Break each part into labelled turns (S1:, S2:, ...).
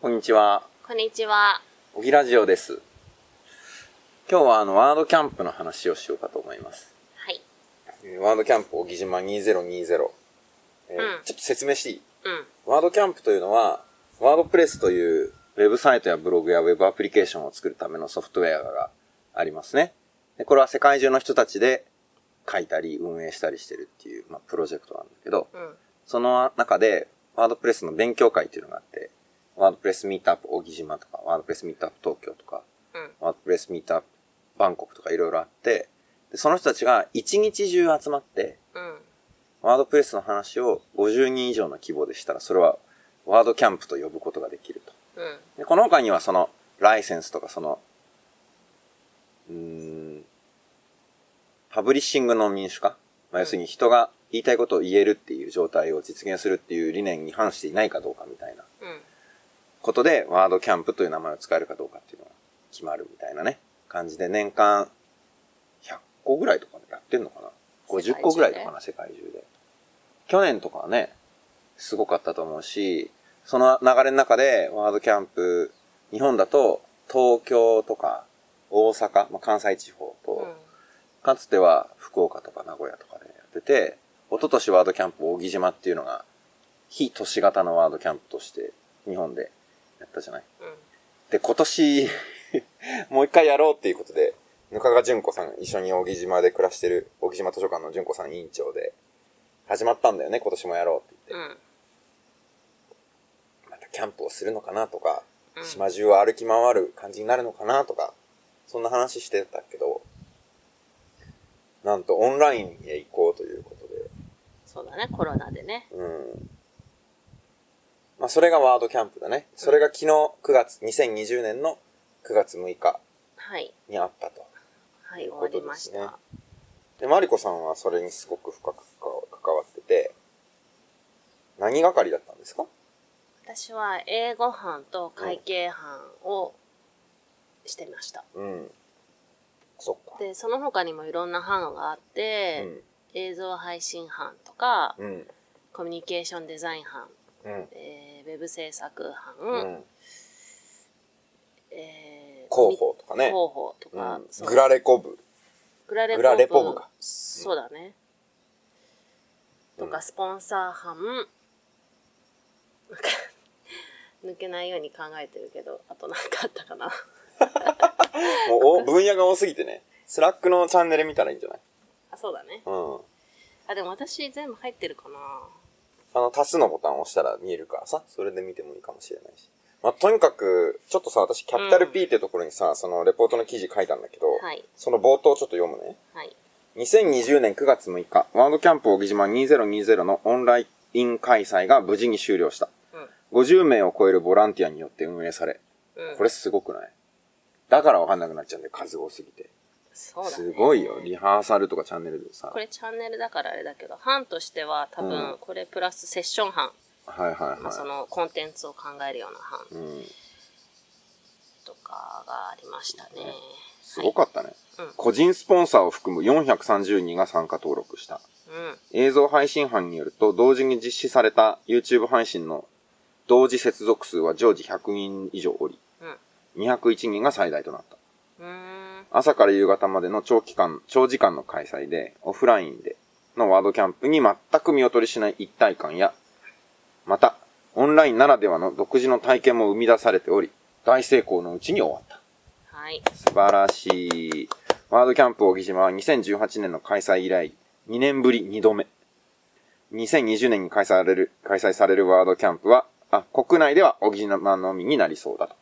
S1: こんにちは。
S2: こんにちは。
S1: おぎラジオです。今日はあの、ワードキャンプの話をしようかと思います。
S2: はい。
S1: えーワードキャンプ小木島2020。えー
S2: うん
S1: ちょっと説明していい
S2: うん。
S1: ワードキャンプというのは、ワードプレスというウェブサイトやブログやウェブアプリケーションを作るためのソフトウェアがありますね。でこれは世界中の人たちで書いたり運営したりしてるっていう、まあ、プロジェクトなんだけど、
S2: うん。
S1: その中で、ワードプレスの勉強会っていうのがあって、ワードプレスミートアップ小木島とか、ワードプレスミートアップ東京とか、
S2: うん。
S1: ワードプレスミートアップバンコクとかいろいろあって、でその人たちが一日中集まって、
S2: うん。
S1: ワードプレスの話を50人以上の規模でしたら、それはワードキャンプと呼ぶことができると。
S2: うん。
S1: でこの他にはその、ライセンスとかその、うーん、パブリッシングの民主化、まあ、要するに人が言いたいことを言えるっていう状態を実現するっていう理念に反していないかどうかみたいな
S2: うん。
S1: ことで、ワードキャンプという名前を使えるかどうかっていうのが決まるみたいなね、感じで年間100個ぐらいとかやってんのかな ?50 個ぐらいとかな、世界中で。去年とかはね、すごかったと思うし、その流れの中でワードキャンプ、日本だと東京とか大阪、まあ、関西地方と、
S2: うん。
S1: かつては福岡とか名古屋とかでやってて、一昨年ワードキャンプ大木島っていうのが、非都市型のワードキャンプとして日本でやったじゃない。
S2: うん。
S1: で、今年、 もう一回やろうっていうことで、ぬかが純子さん、一緒に大木島で暮らしてる、大木島図書館の純子さん委員長で、始まったんだよね、今年もやろうって
S2: う
S1: 言って。
S2: ん。
S1: またキャンプをするのかなとか、
S2: うん
S1: 島中を歩き回る感じになるのかなとか、そんな話してたけど、なんとオンラインへ行こうということで、
S2: そうだね、コロナでね。
S1: うん。まあ、それがワードキャンプだね。それが昨日9月、2020年の9月6日
S2: はい。
S1: にあったと。
S2: はい、終わりまし
S1: というこ
S2: た。
S1: で、マリコさんはそれにすごく深く関わってて、何係だったんですか
S2: 私は英語班と会計班をしてました。
S1: うん。そっか。
S2: で、その他にもいろんな班があって、映像配信班とか、
S1: うん。うん。
S2: コミュニケーションデザイン班、
S1: うん。
S2: えー、ウェブ制作班、
S1: うん。
S2: えー、
S1: 広報とかね。
S2: 広報とか、
S1: う
S2: そ
S1: ん、
S2: う
S1: グラレコ部。
S2: グラレ
S1: グラレポ
S2: ポ
S1: 部
S2: ブ
S1: か。
S2: そうだね。と
S1: う
S2: か、
S1: ん
S2: スポンサー班、 なんか抜けないように考えてるけど、あとなんかあったかな。
S1: もうお分野が多すぎてね。スラックのチャンネル見たらいいんじゃない
S2: あ、そうだね。
S1: うん。
S2: あ、でも私全部入ってるかな。
S1: あの、足すのボタンを押したら見えるからさ、それで見てもいいかもしれないし。まあ、とにかく、ちょっとさ、私、キャピタル P ってところにさ、その、レポートの記事書いたんだけど、
S2: はい。
S1: その冒頭ちょっと読むね。
S2: はい。
S1: 2020年9月6日、ワードキャンプ小木島2020のオンライン開催が無事に終了した。50名を超えるボランティアによって運営され、
S2: うん。うん、
S1: これすごくないだからわかんなくなっちゃうんで、数多すぎて。
S2: そうだ、ね、
S1: すごいよ、リハーサルとかチャンネルでさ。
S2: これチャンネルだからあれだけど、班としては多
S1: う
S2: 分
S1: ん
S2: これプラスセッション班、
S1: はいはい
S2: まあ、そ
S1: は
S2: のコンテンツを考えるような班
S1: い。うん。
S2: とかがありましたね。
S1: すごかったね。
S2: はいうん
S1: 個人スポンサーを含む430人が参加登録した。
S2: うん。
S1: 映像配信班によると、同時に実施された YouTube 配信の同時接続数は常時100人以上おり、
S2: うん。
S1: 201人が最大となった。
S2: うーん。
S1: 朝から夕方までの長期間、長時間の開催で、オフラインでのワードキャンプに全く見劣りしない一体感や、また、オンラインならではの独自の体験も生み出されており、大成功のうちに終わった。
S2: はい。
S1: 素晴らしい。ワードキャンプ小木島は2018年の開催以来、2年ぶり2度目。2020年に開催される、開催されるワードキャンプは、あ、国内では小木島のみになりそうだと。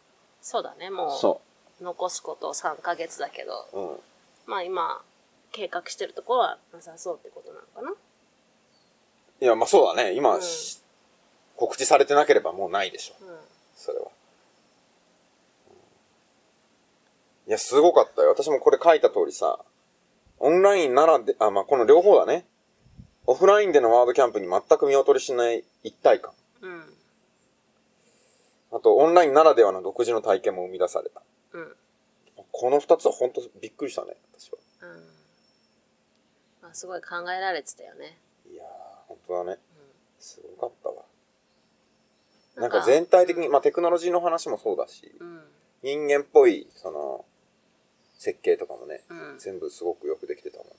S2: そうだね、もう。
S1: そ
S2: 残すこと3ヶ月だけど、
S1: う。うん。
S2: まあ今、計画してるところはなさそうってことなのかない
S1: や、まあそうだね。今、
S2: うん
S1: し告知されてなければもうないでしょ。
S2: う
S1: それは。うんいや、すごかったよ。私もこれ書いた通りさ、オンラインならで、あ、まあこの両方だね。オフラインでのワードキャンプに全く見劣りしない一体感。
S2: ん。うん。
S1: あと、オンラインならではの独自の体験も生み出された。
S2: うん。
S1: この二つは本当びっくりしたね、私は。
S2: うん。まあすごい考えられてたよね。
S1: いやー、本当だね。すごかったわ。なんか全体的に、まあテクノロジーの話もそうだし、
S2: うん
S1: 人間っぽい、その、設計とかもね、
S2: うん
S1: 全部すごくよくできてたもんね。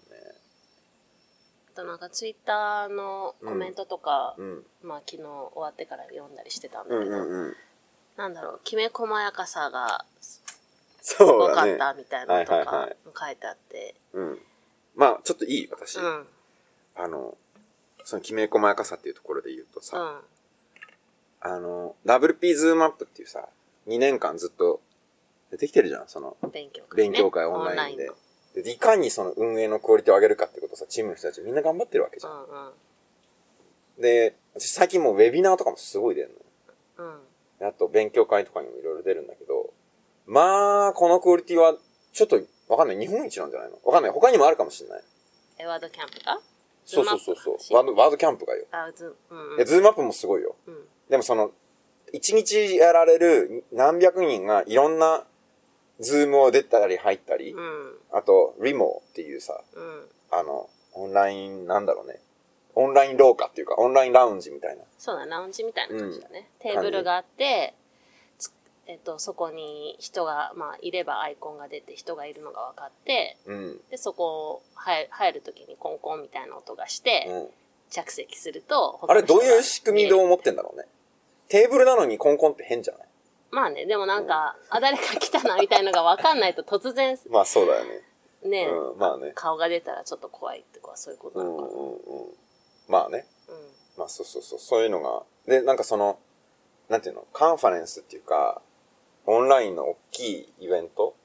S2: あとなんかツイッターのコメントとか、
S1: うん。
S2: まあ昨日終わってから読んだりしてたん
S1: う
S2: だけ
S1: ん
S2: ど、
S1: うんうん。
S2: なんだろうきめ細やかさがす
S1: そ
S2: ご
S1: うだ
S2: か
S1: ね
S2: っ。たみたいなのと
S1: はいはい
S2: か
S1: はい
S2: 書いてあって、
S1: うん。まあ、ちょっといい私、
S2: うんうん
S1: あの、そのきめ細やかさっていうところで言うとさ、あの、WP ズームアップっていうさ、2年間ずっと出てきてるじゃん、その、
S2: 勉強会、ね、
S1: 勉強会オンラインで
S2: の。
S1: でいかにその運営のクオリティを上げるかってことをさ、チームの人たちみんな頑張ってるわけじゃん。で、私最近もうウェビナーとかもすごい出るのよ
S2: うんうんうん
S1: であと勉強会とかにもいろいろ出るんだけど、まあ、このクオリティは、ちょっと、わかんない。日本一なんじゃないのわかんない。他にもあるかもしれない。
S2: えワードキャンプか
S1: そうそうそうそ
S2: ズ
S1: う。
S2: ー
S1: ワー
S2: ムアップ
S1: ド、ワードキャンプがよ。
S2: あずうんうん
S1: え、ズームアップもすごいよ。
S2: うん
S1: でもその、一日やられる何百人がいろんなズームを出たり入ったり、
S2: うん
S1: あと、リモっていうさ、
S2: うん
S1: あの、オンライン、なんだろうね。オンライン廊下っていうか、オンラインラウンジみたいな。
S2: そうだラウンジみたいな感じだね、テーブルがあってつえっと、そこに人が、まあ、いればアイコンが出て人がいるのが分かって
S1: うん。
S2: でそこを入入る時にコンコンみたいな音がして、
S1: うん。
S2: 着席すると
S1: あれ、どういう仕組みで思ってんだろうね。テーブルなのにコンコンって変じゃない
S2: まあねでもなんか、あ誰か来たなみたいのが分かんないと突然
S1: まあ、そうだよね。
S2: ね、
S1: うんまあね
S2: 顔が出たらちょっと怖いとかそういうこと
S1: う
S2: なんの
S1: う
S2: か
S1: んうん。まあね。
S2: な
S1: まあ、そうそうそう。そういうのが。で、なんかその、なんていうの、カンファレンスっていうか、オンラインの大きいイベント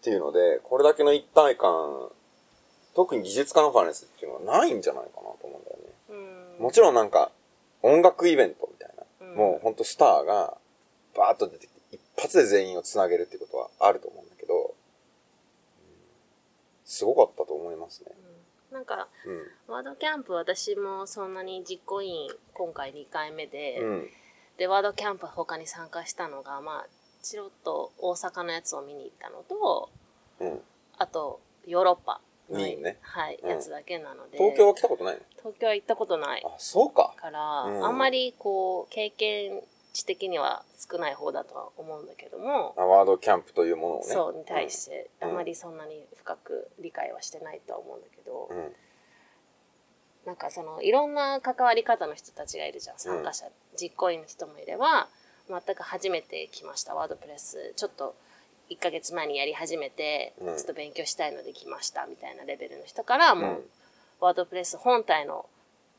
S1: っていうので、これだけの一体感、特に技術カンファレンスっていうのはないんじゃないかなと思うんだよね。
S2: うん、うん、
S1: もちろんなんか、音楽イベントみたいな、
S2: うん
S1: もうほんとスターが、バーッと出てきて、一発で全員をつなげるっていうことはあると思うんだけど、うんすごかったと思いますね。
S2: なんか
S1: うん。
S2: ワードキャンプ私もそんなに実行委員今回2回目で、
S1: うん。
S2: でワードキャンプ他に参加したのがまあチロッと大阪のやつを見に行ったのと
S1: うん。
S2: あとヨーロッパの
S1: いいね
S2: はい、
S1: うん
S2: やつだけなので
S1: 東京は来たことないの
S2: 東京は行ったことない
S1: あ、そうか。
S2: から、
S1: うん
S2: あんまりこう経験値的には少ない方だとは思うんだけども、
S1: あワードキャンプというものをね。
S2: そうに対して
S1: う
S2: あ
S1: ん
S2: んまりそんなに深く理解はしてないとは思うんだけど、
S1: うん。うん。
S2: なんかそのいろんな関わり方の人たちがいるじゃん参加者、実行委員の人もいれば全く初めて来ましたワードプレスちょっと1ヶ月前にやり始めて、
S1: うん
S2: ちょっと勉強したいので来ましたみたいなレベルの人から
S1: う
S2: もう、
S1: ん
S2: ワードプレス本体の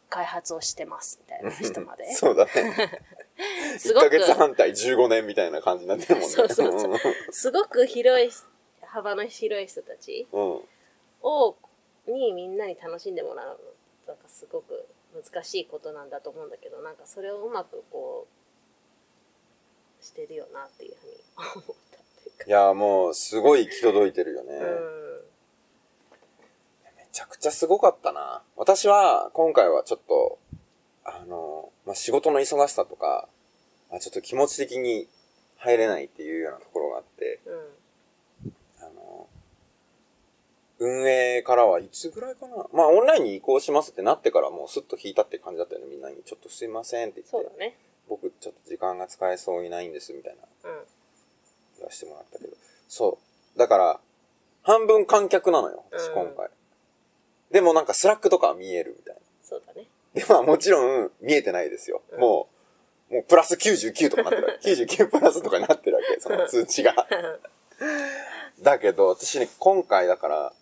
S2: 開発をしてますみたいな人まで
S1: そうだね。
S2: すごく
S1: 1ヶ月半対15年みたいな感じになってるもんね。
S2: そうそうそうすごく広い幅の広い人たち
S1: うん。うん。
S2: をにみんなに楽しんでもらうのなんかすごく難しいことなんだと思うんだけどなんかそれをうまくこうしてるよなっていうふうに思ったっていうか
S1: いや、もう、すごい行き届いてるよね。めちゃくちゃすごかったな。私は、今回はちょっと、あの、まあ、仕事の忙しさとか、まあ、ちょっと気持ち的に入れないっていうようなところがあって、
S2: うんうん
S1: あの、運営からはいつぐらいかな。まあ、オンラインに移行しますってなってからもうスッと引いたって感じだったよね、みんなに。ちょっとすいませんって
S2: そ
S1: 言
S2: う
S1: っ
S2: だ
S1: て、
S2: ね
S1: 僕ちょっと時間が使えそうにないんですみたいな
S2: うん
S1: 言わせてもらったけど。そう。だから、半分観客なのよ、私
S2: うん
S1: 今回。でもなんかスラックとかは見えるみたいな。
S2: そうだね
S1: で、まあもちろん見えてないですよ。
S2: うん
S1: もう、もうプラス99とかなってるわけ。99プ ラスとかになってるわけ、その通知が。だけど、私ね、今回だから、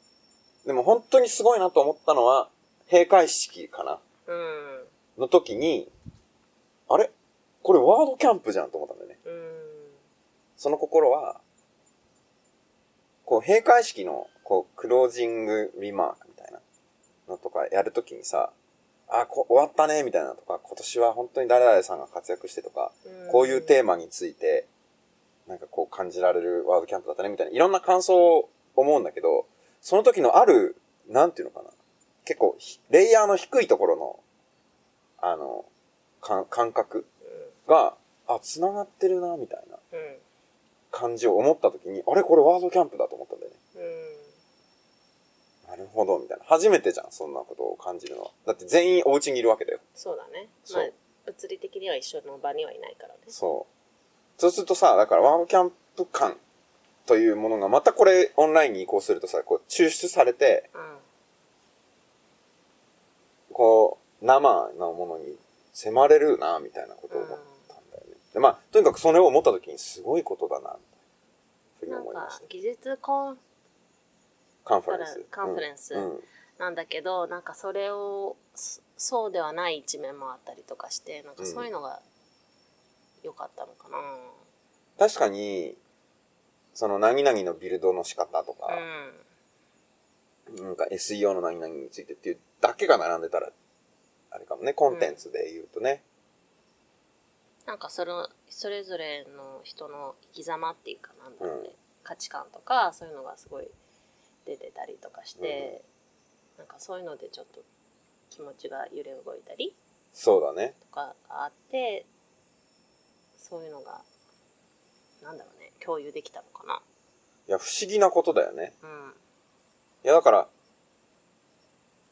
S1: でも本当にすごいなと思ったのは、閉会式かな
S2: うん
S1: の時に、あれこれワードキャンプじゃんと思ったんだよね。
S2: うん
S1: その心は、こう、閉会式の、こう、クロージングリマークみたいなのとかやるときにさ、あ、こ終わったね、みたいなとか、今年は本当に誰々さんが活躍してとか、こういうテーマについて、なんかこう感じられるワードキャンプだったね、みたいな、いろんな感想を思うんだけど、その時のある、なんていうのかな、結構ひ、レイヤーの低いところの、あの、かん感覚が、あ、繋がってるな、みたいな。
S2: うん
S1: 感じを思った時に、あれこれワードキャンプだと思ったんだよね。
S2: うんうん
S1: なるほど、みたいな。初めてじゃん、そんなことを感じるのは。だって全員お家にいるわけだよ。
S2: そうだね
S1: そう
S2: まあ物理的には一緒の場にはいないからね
S1: そう。そうするとさ、だからワームキャンプ感というものがまたこれオンラインに移行するとさ、こう抽出されて、
S2: うん
S1: こう生なものに迫れるな、みたいなことを思ったんだよね。でまあ、とにかくそれを思った時にすごいことだな、みたいなふうに
S2: なん
S1: 思いまし
S2: か
S1: た。
S2: 技術コン
S1: カンファレンス。
S2: カンファレンス
S1: うんうん
S2: なんだけどなんかそれをそそうではない一面もあったりとかしてなんかそういうのが良かったのかな
S1: 確かに、その何々のビルドの仕方とか、
S2: うん、
S1: なんか SEO の何々についてっていうだけが並んでたら、あれかもね、コンテンツで言うとね。
S2: なんかそのそれぞれの人の生き様っていうかなんだろうね、
S1: う
S2: 価値観とかそういうのがすごい出てたりとかして、なんかそういうのでちょっと気持ちが揺れ動いたり
S1: そうだね。
S2: とかがあってそういうのがなんだろうね共有できたのかない
S1: や、不思議なことだよね。
S2: うん
S1: いや、だから、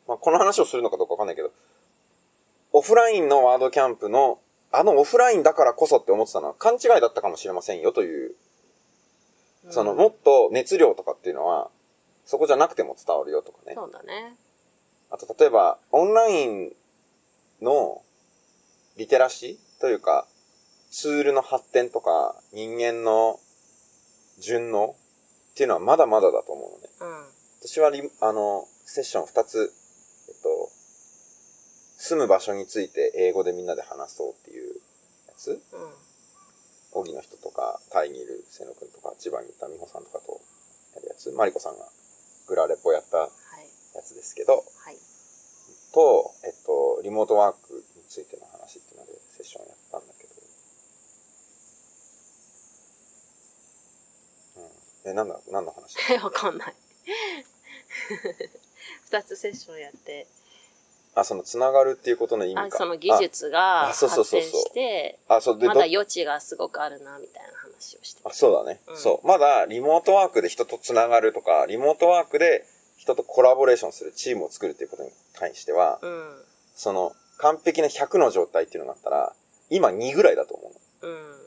S1: まあ、この話をするのかどうかわかんないけど、オフラインのワードキャンプの、あのオフラインだからこそって思ってたのは勘違いだったかもしれませんよという、
S2: うん
S1: その、もっと熱量とかっていうのは、そこじゃなくても伝わるよとかね。
S2: そうだね
S1: あと、例えば、オンラインのリテラシーというか、ツールの発展とか、人間の順応っていうのはまだまだだと思うのね。
S2: うん
S1: 私はリ、あの、セッション2つ、えっと、住む場所について英語でみんなで話そうっていうやつ
S2: うん
S1: 荻の人とか、タイにいる瀬野くんとか、千葉にいた美穂さんとかとやるやつ、マリコさんがグラレポやった
S2: はい
S1: やつですけど、
S2: はい
S1: と、えっと、リモートワークについての話っていうのでセッションやったんだけど。うん。え、なんだ、何の話
S2: わかんない 二つセッションやって
S1: あ、その、つながるっていうことの意味
S2: あ
S1: か。
S2: その技術が
S1: あそうそう
S2: 発
S1: そう
S2: 展
S1: そう
S2: して
S1: あ。あ、そう、で、
S2: ま
S1: ど
S2: だ余地がすごくあるなみたいな話をして
S1: あそうだね、
S2: うん
S1: そう。まだ、リモートワークで人とつながるとか、リモートワークで人とコラボレーションする、チームを作るっていうことに対しては、
S2: うん
S1: その、完璧な100の状態っていうのがあったら、今2ぐらいだと思うの。
S2: うん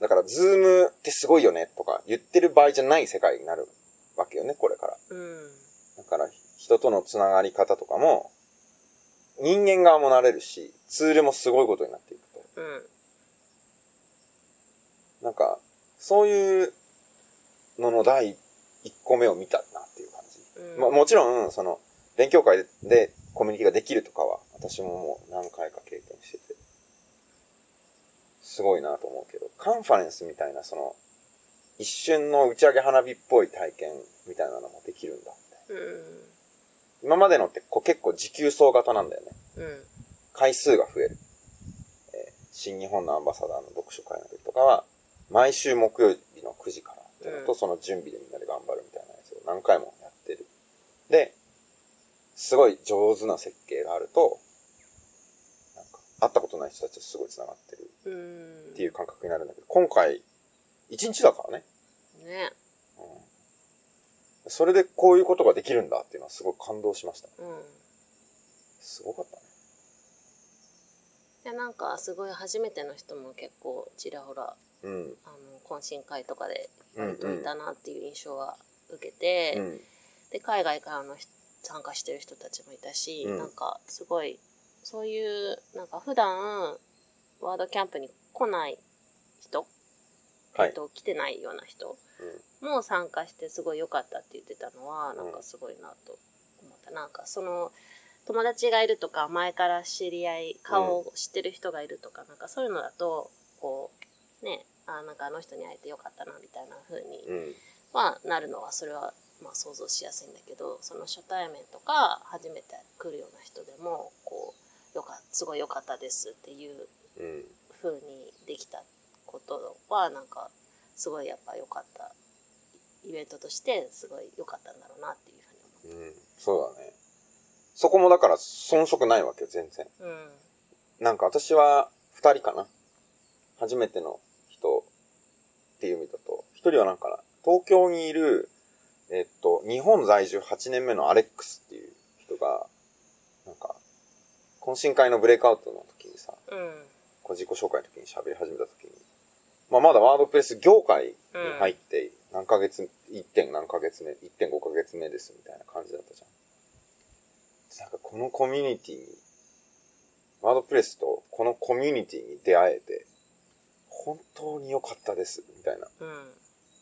S1: だから、ズームってすごいよねとか言ってる場合じゃない世界になるわけよね、これから。
S2: うん
S1: だから、人とのつながり方とかも、人間側もなれるし、ツールもすごいことになっていくと。
S2: うん
S1: なんか、そういうのの第一個目を見たなっていう感じ。
S2: うん
S1: まあ、もちろん、その、勉強会でコミュニティができるとかは、私ももう何回か経験してて、すごいなと思うけど、カンファレンスみたいな、その、一瞬の打ち上げ花火っぽい体験みたいなのもできるんだって。
S2: うん
S1: 今までのってこう結構時給層型なんだよね。
S2: うん
S1: 回数が増える。えー新日本のアンバサダーの読書会の時とかは、毎週木曜日の9時からっていうのと、
S2: うん
S1: その準備でみんなで頑張るみたいなやつを何回もやってる。で、すごい上手な設計があると、なんか、会ったことない人たちとすごい繋がってる
S2: うん
S1: っていう感覚になるんだけど、今回、1日だからね。
S2: ね
S1: うんそれでこういうことができるんだっていうのはすごい感動しました。
S2: うん
S1: すごかったね。
S2: でなんかすごい初めての人も結構ちらほら
S1: うん。
S2: あの懇親会とかで
S1: うん
S2: 割といたなっていう印象は受けて、
S1: うん。
S2: で海外からの人参加してる人たちもいたし、
S1: うん
S2: なんかすごいそういうなんか普段ワードキャンプに来ない人、
S1: は
S2: えっ
S1: い。
S2: と来てないような人
S1: うん
S2: も参加してすごい良かったって言ってたのは
S1: ん
S2: なんかすごいなと思った、なんかその友達がいるとか前から知り合い顔を知ってる人がいるとか、なんかそういうのだとこうねあなんかあの人に会えてよかったなみたいな風に
S1: うん。
S2: はなるのはそれはまあ想像しやすいんだけどその初対面とか初めて来るような人でもこうよかすごい良かったですっていう
S1: うん。
S2: 風にできたことはなんかすごいやっぱ良かったイベントとしてすごい良かったんだろうなっていうふ
S1: うん、そうだね。そこもだから遜色ないわけよ、全然。
S2: うに思う。
S1: なんか私は二人かな。初めての人っていう意味だと、一人はなんかな、東京にいる、えっと、日本在住8年目のアレックスっていう人が、なんか、懇親会のブレイクアウトの時にさ、
S2: うん
S1: こう自己紹介の時に喋り始めた時に、まあまだワードプレス業界に入って、何ヶ月、1. 点何ヶ月目、1.5ヶ月目ですみたいな感じだったじゃん。なんかこのコミュニティに、ワードプレスとこのコミュニティに出会えて、本当に良かったです、みたいな。
S2: うん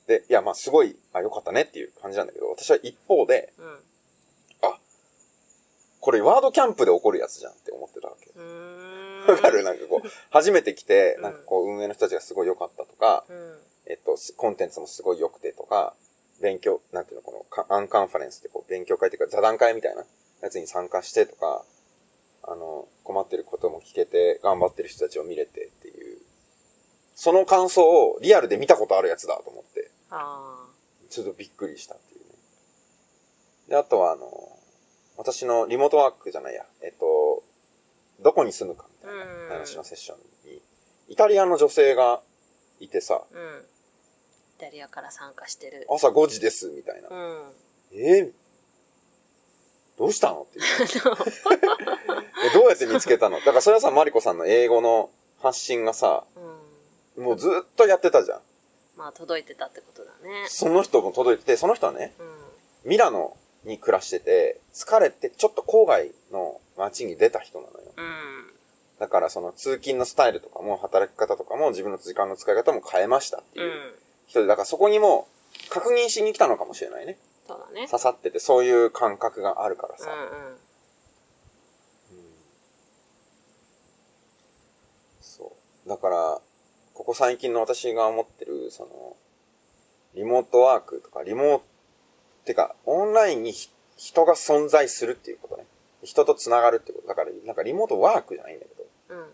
S1: で、いやまあすごい、あ、良かったねっていう感じなんだけど、私は一方で、
S2: うん
S1: これワードキャンプで起こるやつじゃんって思ってたわけ。
S2: うーん
S1: わかるなんかこう、初めて来て、
S2: うん
S1: なんかこう、運営の人たちがすごい良かったとか、
S2: うん
S1: えっと、すコンテンツもすごい良くてとか、勉強、なんていうの、このか、アンカンファレンスってこう、勉強会っていうか、座談会みたいなやつに参加してとか、あの、困ってることも聞けて、頑張ってる人たちを見れてっていう、その感想をリアルで見たことあるやつだと思って、
S2: あ
S1: ちょっとびっくりしたっていうね。で、あとはあの、私のリモートワークじゃないや、えっと、どこに住むかみたいな話のセッションに、イタリアの女性がいてさ、
S2: ーうんイタリアから参加してる
S1: 朝5時です、みたいな
S2: う。ん
S1: えーどうしたのっていう。 えどうやって見つけたのだからそれはさ、マリコさんの英語の発信がさ、
S2: うん
S1: もうずっとやってたじゃん。
S2: まあ届いてたってことだね
S1: その人も届いてて、その人はね、
S2: うん
S1: ミラノに暮らしてて、疲れてちょっと郊外の街に出た人なのよ。
S2: うん
S1: だからその通勤のスタイルとかも働き方とかも自分の時間の使い方も変えましたって
S2: う
S1: いうん人で、だからそこにも確認しに来たのかもしれないね。
S2: そうだね
S1: 刺さっててそういう感覚があるからさ。
S2: うんうん
S1: そう。だから、ここ最近の私が思ってる、その、リモートワークとか、リモート、てか、オンラインにひ人が存在するっていうことね。人と繋がるってこと。だから、なんかリモートワークじゃないんだけど、
S2: うん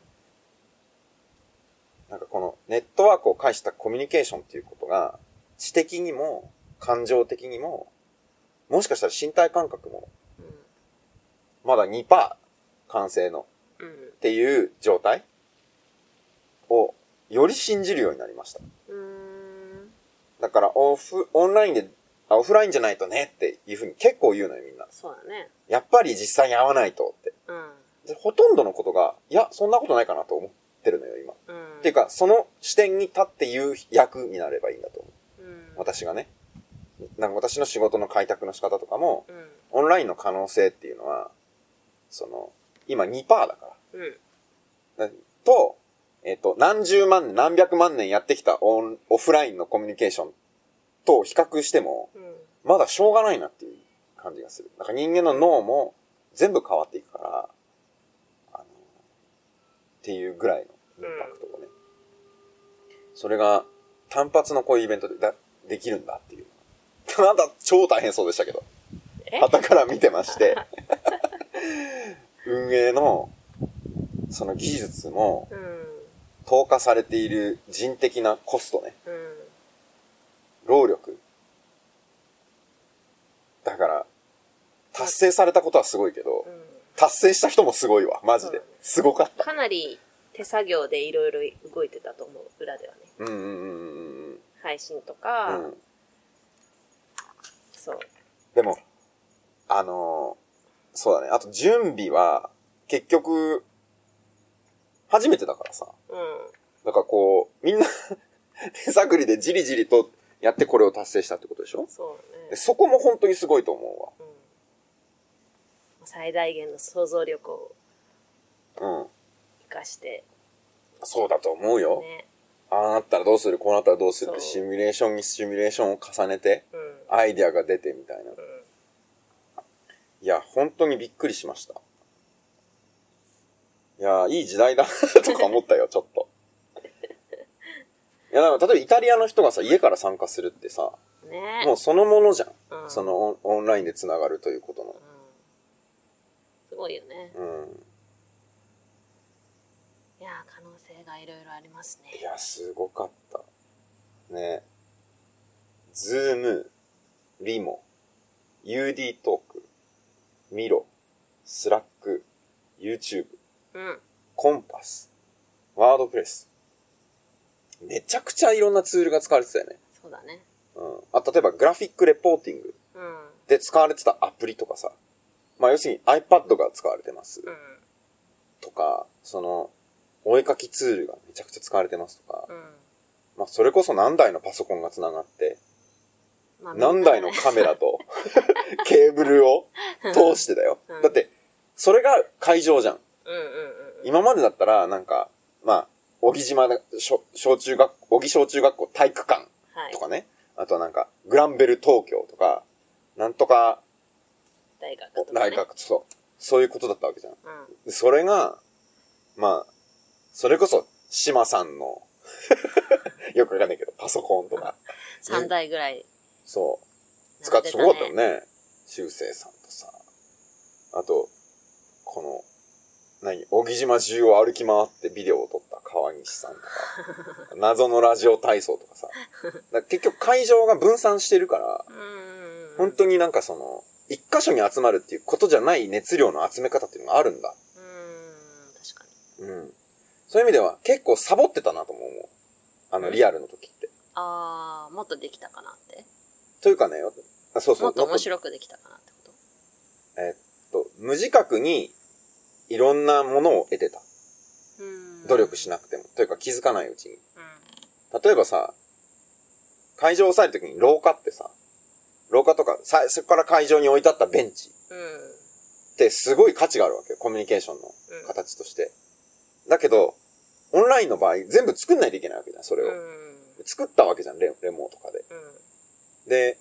S1: なんかこのネットワークを介したコミュニケーションっていうことが、知的にも、感情的にも、もしかしたら身体感覚も、
S2: うん
S1: まだ2%完成の
S2: うん
S1: っていう状態をより信じるようになりました。
S2: うーん
S1: だからオフ、オンラインで、あオフラインじゃないとねっていうふうに結構言うのよみんな。
S2: そうだね
S1: やっぱり実際に会わないとって。
S2: うん
S1: でほとんどのことが、いや、そんなことないかなと思ってるのよ今。
S2: うん
S1: っていうか、その視点に立って言う役になればいいんだと思う。
S2: うん
S1: 私がね。なんか私の仕事の開拓の仕方とかも、
S2: うん
S1: オンラインの可能性っていうのは、その、今2%だから。
S2: うん
S1: と、えっ、と、何十万年、何百万年やってきたオン、オフラインのコミュニケーションと比較しても、
S2: うん
S1: まだしょうがないなっていう感じがする。なんか人間の脳も全部変わっていくから、あの、っていうぐらいのインパクトをね。それが単発のこういうイベントでだできるんだっていう。ただ超大変そうでしたけど。
S2: え
S1: 旗から見てまして。 運営の、その技術も
S2: うん
S1: 投下されている人的なコストね。
S2: うん
S1: 労力。だから、達成されたことはすごいけど
S2: う、ん
S1: 達成した人もすごいわ、マジ
S2: そう
S1: で
S2: だね。
S1: すごかった。
S2: かなり手作業でいろいろ動いてたと思う裏ではね
S1: うんうんうんうんうん
S2: 配信と
S1: う
S2: か、
S1: ん。うん。
S2: そう
S1: でも、あのーそうだね。あと準備は、結局、初めてだからさ。
S2: うん
S1: だからこう、みんな、 手探りでじりじりとやってこれを達成したってことでしょ
S2: そうね
S1: でそこも本当にすごいと思
S2: うん最大限の想像力を
S1: うわ。うん。
S2: 生かして
S1: そうだと思うよ。
S2: ね
S1: ああなったらどうするこうなったらどうするって
S2: そう
S1: シミュレーションにシミュレーションを重ねて、
S2: うん
S1: アイデアが出てみたいな。い
S2: うん
S1: や、本当にびっくりしました。いやー、いい時代だとか思 ったよ、ちょっと。いや、だから例えばイタリアの人がさ、家から参加するってさ、
S2: ね
S1: もうそのものじゃん。
S2: うん
S1: そのオンオンラインで繋がるということの
S2: うん。すごいよね
S1: うん。
S2: いやー可能性がいろいろあります
S1: い
S2: ね
S1: や、すごかった。ね。ズーム、リモ、UD トーク、ミロ、スラック、YouTube、
S2: うん
S1: コンパス、ワードプレス。めちゃくちゃいろんなツールが使われてたよね。
S2: そうだね
S1: うん。あ、例えばグラフィックレポーティング
S2: うん
S1: で使われてたアプリとかさ。まあ要するに iPad が使われてます。
S2: うん
S1: とか、その、お絵かきツールがめちゃくちゃ使われてますとか、
S2: うん
S1: まあ、それこそ何台のパソコンが繋がって、
S2: まあ
S1: 何台のカメラ とケーブルを通してだよ
S2: うん。
S1: だって、それが会場じゃん。
S2: うんうんうんうん
S1: 今までだったら、なんか、まあ、小木島だ小小中学、小木小中学校体育館
S2: はい
S1: とかね。あとはなんか、グランベル東京とか、なんとか
S2: 大学とか、ね、
S1: 大学、そう。そういうことだったわけじゃん。
S2: うん
S1: でそれが、まあ、それこそ、島さんの、 よくわかんないけど、パソコンとか、
S2: 3台ぐらい
S1: そう、使
S2: 並
S1: っ
S2: ん
S1: て
S2: ですた
S1: ごかったよね。修正さんとさ、あと、この、何、小木島中を歩き回ってビデオを撮った川西さん とか、謎のラジオ体操とかさ、だから結局会場が分散してるから、
S2: うんうんうん
S1: 本当になんかその、一箇所に集まるっていうことじゃない熱量の集め方っていうのがあるんだ
S2: うん確かに
S1: うん。そういう意味では結構サボってたなとも思う。あの、
S2: うん
S1: リアルの時って。
S2: ああもっとできたかなって
S1: というかね、あそうそう。
S2: もっと面
S1: い。
S2: 白くできたかなってこと
S1: えっと、無自覚にいろんなものを得てた。
S2: うん
S1: 努力しなくても。というか気づかないうちに。
S2: うん
S1: 例えばさ、会場を押さえる時に廊下ってさ、廊下とか、さそこから会場に置いてあったベンチ
S2: うん
S1: ってすごい価値があるわけよ。コミュニケーションの
S2: うん
S1: 形として。だけど、オンラインの場合、全部作んないといけないわけじゃん、それ
S2: う
S1: を。
S2: ん
S1: 作ったわけじゃん、レレモとかで。
S2: うん
S1: で、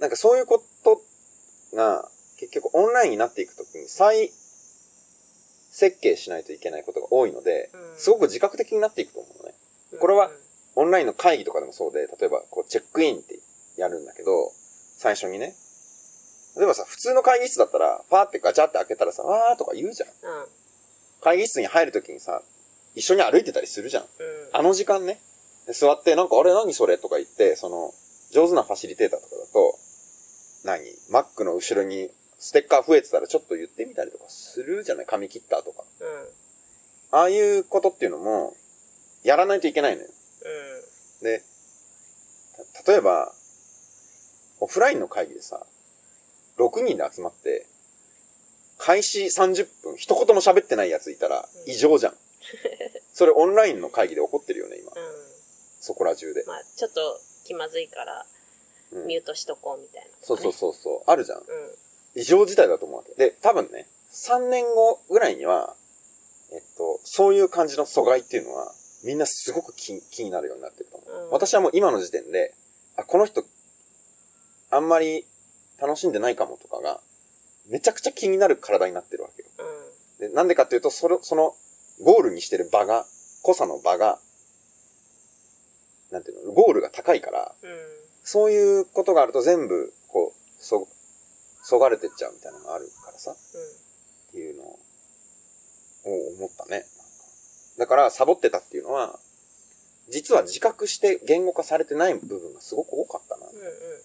S1: なんかそういうことが、結局オンラインになっていくときに再設計しないといけないことが多いので、
S2: うん
S1: すごく自覚的になっていくと思うのね。これはオンラインの会議とかでもそうで、例えばこうチェックインってやるんだけど、最初にね。例えばさ、普通の会議室だったら、パーってガチャって開けたらさ、わーとか言うじゃん。
S2: うんうん
S1: 会議室に入るときにさ、一緒に歩いてたりするじゃん。
S2: うん
S1: あの時間ね、座って、なんか、あれ何それとか言って、その、上手なファシリテーターとかだと、何マックの後ろにステッカー増えてたらちょっと言ってみたりとかするじゃない髪切ったとか。
S2: うん
S1: ああいうことっていうのも、やらないといけないのよ。
S2: うん
S1: で、た例えば、オフラインの会議でさ、6人で集まって、開始30分、一言も喋ってないやついたら
S2: うん
S1: 異常じゃん。それオンラインの会議で起こってるよね、今。
S2: う
S1: そこら中で
S2: ん。まあちょっと気まずいから
S1: うん
S2: ミュートしとこうみたいな、
S1: そうそうそうそう。あるじゃん。
S2: うん
S1: 異常事態だと思うわけ。で、多分ね、3年後ぐらいには、えっと、そういう感じの阻害っていうのは、みんなすごく気気になるようになってると思う。
S2: うん
S1: 私はもう今の時点で、あ、この人、あんまり楽しんでないかもとかが、めちゃくちゃ気になる体になってるわけよ。
S2: うん
S1: で、なんでかっていうと、その、その、ゴールにしてる場が、濃さの場が、なんていうの、ゴールが高いから、
S2: うん
S1: そういうことがあると全部、こう、そ、そがれてっちゃうみたいなのがあるからさ、っていうのを思ったね。なんかだから、サボってたっていうのは、実は自覚して言語化されてない部分がすごく多かったな。
S2: うんうんうん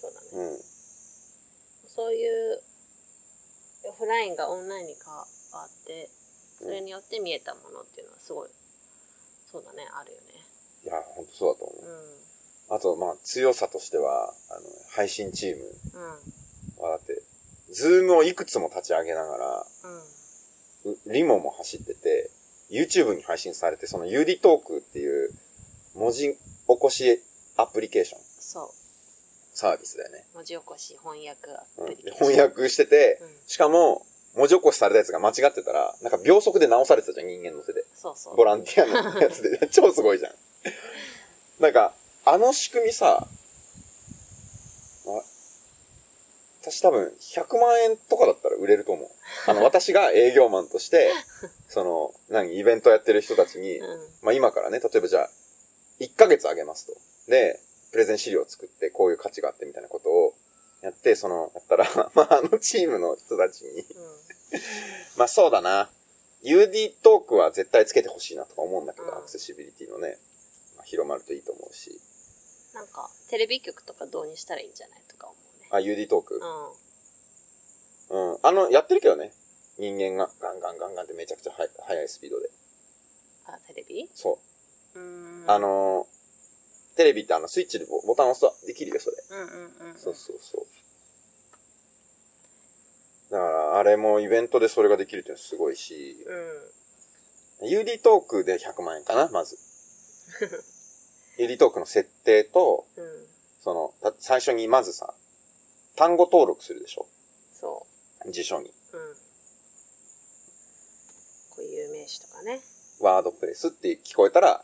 S2: そうだね
S1: うん。
S2: そういうオフラインがオンラインに変わってそれによって見えたものっていうのはすごいそうだねあるよね
S1: いや、ほんとそうだと思
S2: う
S1: う。あと、まあ、強さとしては、あの、配信チーム
S2: んうん
S1: は、だって、ズームをいくつも立ち上げながら、
S2: うん
S1: うリモも走ってて、YouTube に配信されて、その UD トークっていう文字起こしアプリケーション、
S2: そ
S1: サービスだよね。
S2: う文字起こし翻訳ア
S1: うん
S2: プリケ
S1: で
S2: ーション
S1: 翻訳してて
S2: うん、
S1: しかも、文字起こしされたやつが間違ってたら、なんか秒速で直されてたじゃん、人間の手で。
S2: そうそう
S1: ボランティアのやつで。超すごいじゃん。なんか、あの仕組みさ、あ私多分100万円とかだったら売れると思う。あの、私が営業マンとして、その、何、イベントやってる人たちに、
S2: うん
S1: まあ今からね、例えばじゃあ、1ヶ月あげますと。で、プレゼン資料を作って、こういう価値があってみたいなことをやって、その、やったら、 まああのチームの人たちに、
S2: うん
S1: まあそうだな。UD トークは絶対つけてほしいなとか思うんだけど、
S2: うん
S1: アクセシビリティのね、まあ、広まるといいと思うし。
S2: なんかテレビ局とかどうにしたらいいんじゃないとか思うね
S1: あ、UD トーク
S2: う。ん
S1: うん。あの、やってるけどね。人間がガンガンガンガンってめちゃくちゃ速い速いスピードで。
S2: あテレビ
S1: そうう。
S2: ん
S1: あのーテレビってあのスイッチでボボタン押すとできるよ、それ。
S2: うんうんうん
S1: そうそうそう。だから、あれもイベントでそれができるっていうのはすごいし、
S2: うん。
S1: UD トークで100万円かな、まず。UD トークの設定と、
S2: うん。
S1: その、た最初にまずさ、単語登録するでしょ
S2: そ
S1: 辞書に。
S2: う。うん。こういう名詞とかね。
S1: ワードプレスって聞こえたら、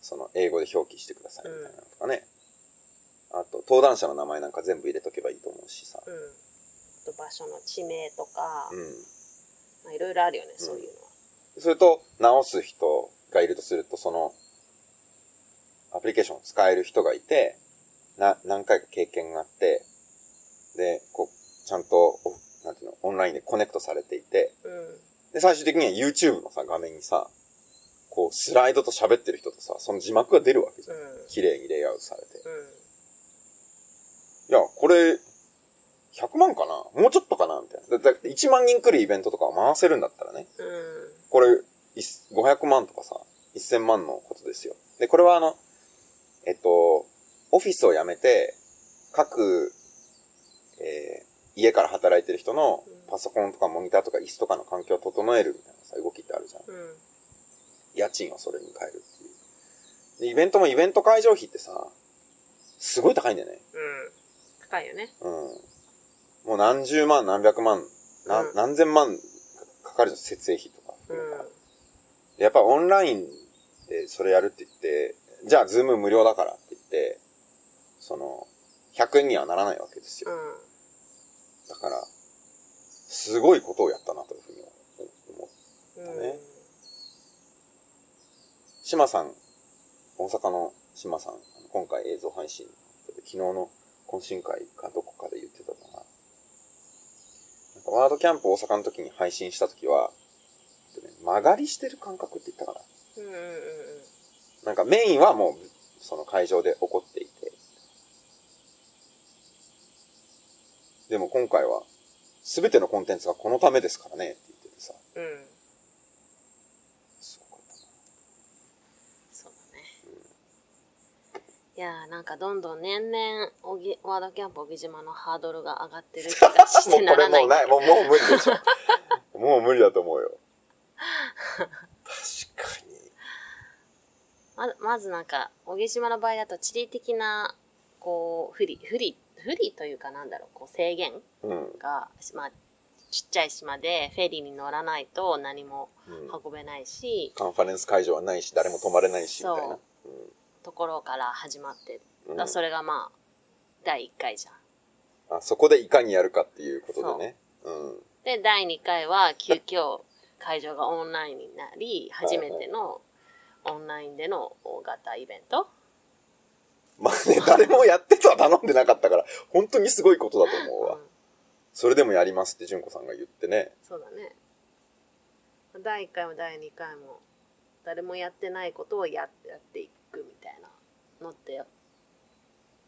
S1: その英語で表記してくださいみたいなのとかね。あと、登壇者の名前なんか全部入れとけばいいと思うしさ。
S2: うん。あと場所の地名とか、
S1: う
S2: まあいろいろあるよね、そういうのは。
S1: ん。それと、直す人がいるとすると、その、アプリケーションを使える人がいて、な、何回か経験があって、で、こう、ちゃんと、おなんていうの、オンラインでコネクトされていて、
S2: うん。
S1: で、最終的には YouTube のさ、画面にさ、こう、スライドと喋ってる人とさ、その字幕が出るわけじゃ。
S2: うんん。
S1: 綺麗にレイアウトされて。
S2: うん。
S1: いや、これ、100万かなもうちょっとかなみたいな。だだって1万人来るイベントとかを回せるんだったらね。
S2: うん。
S1: これ、いっ500万とかさ、1000万のことですよ。で、これはあの、えっと、オフィスを辞めて、各、えー家から働いてる人のパソコンとかモニターとか椅子とかの環境を整えるみたいなさ、動きってあるじゃん。
S2: うん。
S1: 家賃をそれに変えるっていう。で、イベントもイベント会場費ってさ、すごい高いんだよね。
S2: うん。高いよね。
S1: うん。もう何十万、何百万、な
S2: うん
S1: 何千万かかるじゃん、設営費とか。
S2: うん。
S1: やっぱオンラインでそれやるって言って、じゃあズーム無料だからって言って、その、100円にはならないわけです
S2: う
S1: よ。
S2: ん。
S1: だから、すごいことをやったなというふうに思う。
S2: うん。
S1: ね島さん、大阪の島さん、今回映像配信、昨日の懇親会かどこかで言ってたかな。なんかワードキャンプ大阪の時に配信した時は、えっとね曲がりしてる感覚って言ったかな。
S2: うんうんうんうん。
S1: なんかメインはもう、その会場で起こっていて。でも今回は、すべてのコンテンツがこのためですからね、って言っててさ。
S2: うん。
S1: すごかったな
S2: そうだね。いやーなんかどんどん年々おぎワードキャンプ小木島のハードルが上がってる気がし
S1: もうこ
S2: てな
S1: れ
S2: ら
S1: も
S2: ない
S1: うん
S2: だ
S1: な
S2: け
S1: い、
S2: ど
S1: もうもう無理でし ょ。もう無理だと思うよ。確かに。
S2: まずまずなんか小木島の場合だと地理的なこう不利不利不利というかなんだろうこう制限
S1: うん。
S2: が、まあ、ちっちゃい島でフェリーに乗らないと何も
S1: うん
S2: 運べないし、
S1: カンファレンス会場はないし、誰も泊まれないし、み
S2: そう
S1: たいな。
S2: ところから始まって
S1: うん
S2: だからそれがまあ第1回じゃん。
S1: あそこでいかにやるかっていうことでね。うん。
S2: で第2回は急遽会場がオンラインになり初めてのオンラインでの大型イベント
S1: まあね、誰もやってとは頼んでなかったから、本当にすごいことだと思うわ
S2: うん。
S1: それでもやりますって純子さんが言ってね。
S2: そうだね第1回も第2回も誰もやってないことをややっていくみたいなのって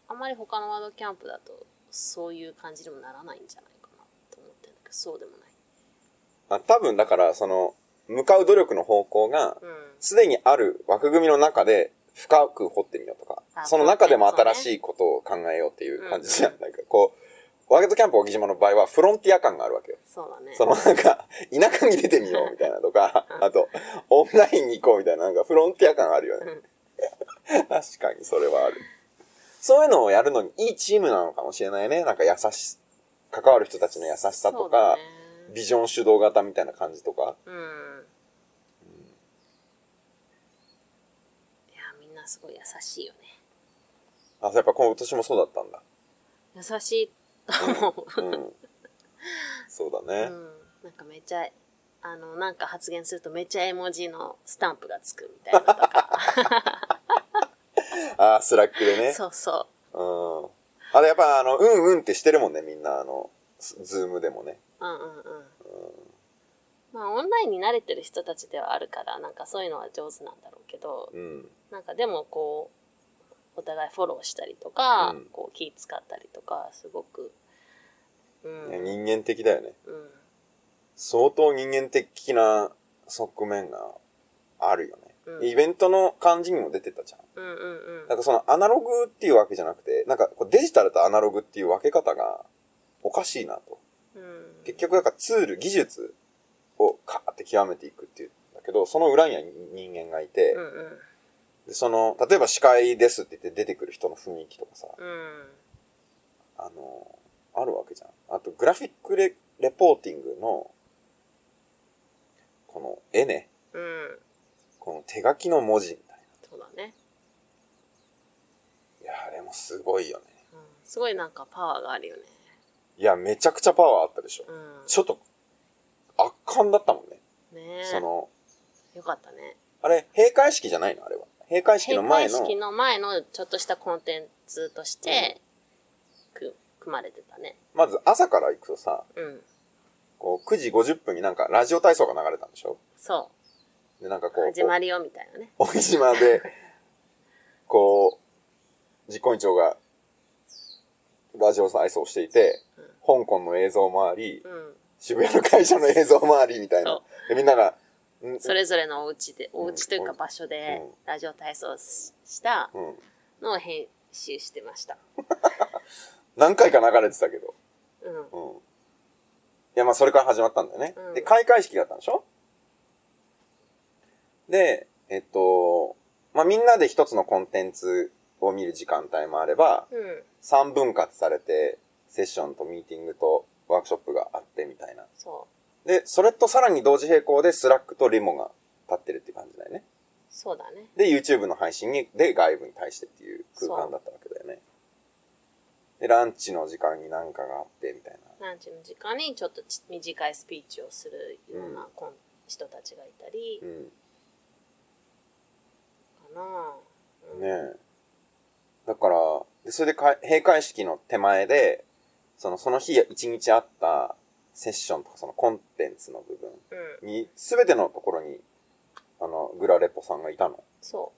S2: あんまり他のワードキャンプだとそういう感じにもならないんじゃないかなと思ってるんだけどそうでもない
S1: あ多分だから、その、向かう努力の方向が、すでにある枠組みの中で深く掘ってみようとか
S2: あ、
S1: その中でも
S2: そうね
S1: 新しいことを考えようっていう感じじゃん。なんかこう、ワーゲットキャンプ小木島の場合はフロンティア感があるわけよ。
S2: そうだね
S1: そのなんか、田舎に出てみようみたいなとか
S2: う、ん
S1: あと、オンラインに行こうみたいな、なんかフロンティア感あるよ
S2: う
S1: ね
S2: ん。
S1: 確かにそれはある。そういうのをやるのにいいチームなのかもしれないね。なんか優し、関わる人たちの優しさと
S2: そうだ
S1: か
S2: ね、
S1: ビジョン主導型みたいな感じとか。
S2: うん、いやみんなすごい優しいよね
S1: あ、やっぱ今年もそうだったんだ。
S2: 優しいと思う、
S1: うん。そう
S2: う
S1: だね。
S2: ん、なんかめっちゃあのなんか発言するとめっちゃ絵文字のスタンプがつくみたいなとか
S1: ああ、スラックでね。
S2: そうそう
S1: うん。あれやっぱあの、うんうんってしてるもんね、みんな。あの、ズズームでもね。
S2: うんうんうんまあオンラインに慣れてる人たちではあるからなんかそういうのは上手なんだろうけど
S1: うん。
S2: なんかでもこうお互いフォローしたりとか、
S1: うん
S2: こう気使ったりとかすごくうん、
S1: いや人間的だよね。
S2: うん、
S1: 相当人間的な側面があるよね。
S2: うん
S1: イベントの感じにも出てたじゃん。
S2: うんうんうん
S1: なんかそのアナログっていうわけじゃなくて、なんかこうデジタルとアナログっていう分け方がおかしいなと。
S2: うん
S1: 結局なんかツール、技術をカーって極めていくっていうんだけど、その裏には人間がいて、
S2: うんうん
S1: でその、例えば司会ですって言って出てくる人の雰囲気とかさ、
S2: うん
S1: あの、あるわけじゃん。あと、グラフィックレレポーティングの、この絵ね、
S2: うん
S1: この手書きの文字みたい
S2: そうだね、
S1: な。いや、あれもすごいよね。
S2: うん、すごいなんかパワーがあるよね
S1: いや、めちゃくちゃパワーあったでしょ。
S2: うん
S1: ちょっと、圧巻だったもんね。
S2: ね
S1: その、
S2: よかったね
S1: あれ、閉会式じゃないのあれは。閉会式の
S2: 閉
S1: 前
S2: 会
S1: の。
S2: 式の前のちょっとしたコンテンツとして、く組まれてたね
S1: まず朝から行くとさ、
S2: うん
S1: こう9時50分になんかラジオ体操が流れたんでしょ
S2: そ
S1: で、なんかこ
S2: う
S1: う、
S2: 始まりよみたいなね
S1: お沖島で、こう、実行委員長がラジオ体操をしていて、香港の映像もあり、
S2: うん
S1: 渋谷の会社の映像もありみたいな
S2: そ。
S1: で、みんなが、ん
S2: それぞれのお家でお家というか
S1: うん
S2: 場所で
S1: うん
S2: ラジオ体操しした
S1: うん。
S2: のを編集してました
S1: 何回か流れてたけど。
S2: うん
S1: うん。いや、まあ、それから始まったんだよね。
S2: うん
S1: で、開会式だったんでしょで、えっと、まあ、みんなで一つのコンテンツを見る時間帯もあれば、
S2: うん
S1: 3分割されて、セッションとミーティングとワークショップがあってみたいな。
S2: そう
S1: で、それとさらに同時並行で、スラックとリモが立ってるって感じだよね。
S2: そうだね
S1: で、YouTube の配信にで外部に対してっていう空間だったわけだよね。で、ランチの時間になんかがあってみたいな。
S2: ランチの時間にちょっとち短いスピーチをするようなこん人たちがいたり
S1: うん。
S2: かな、うん
S1: ねえ。だから、でそれでか閉会式の手前で、その、その日一日あったセッションとかそのコンテンツの部分
S2: うん
S1: に、すべてのところに、あの、グラレポさんがいたの。
S2: そ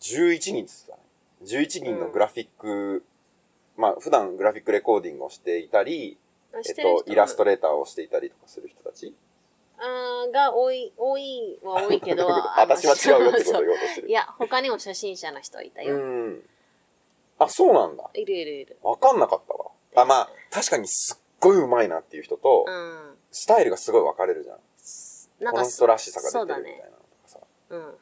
S1: 11人っつってたね。11人のグラフィック、まあ、普段グラフィックレコーディングをしていたり、
S2: う
S1: えっ
S2: してる人
S1: と、イラストレーターをしていたりとかする人たち
S2: あーが多い多いは多いけどあの
S1: 私は違うよってことを
S2: そう
S1: 言おうとしてる。
S2: いや他にも初心者の人いたよ、
S1: うん。あ、そうなんだ。
S2: いるいるいる
S1: わかんなかったわ。あ、まあ、確かにすっごい上手いなっていう人と、
S2: うん
S1: スタイルがすごい分かれるじゃん。
S2: なん
S1: こ
S2: か
S1: の人らしさが出て
S2: そうだ
S1: るみたい
S2: ね
S1: なのとかさ。
S2: うん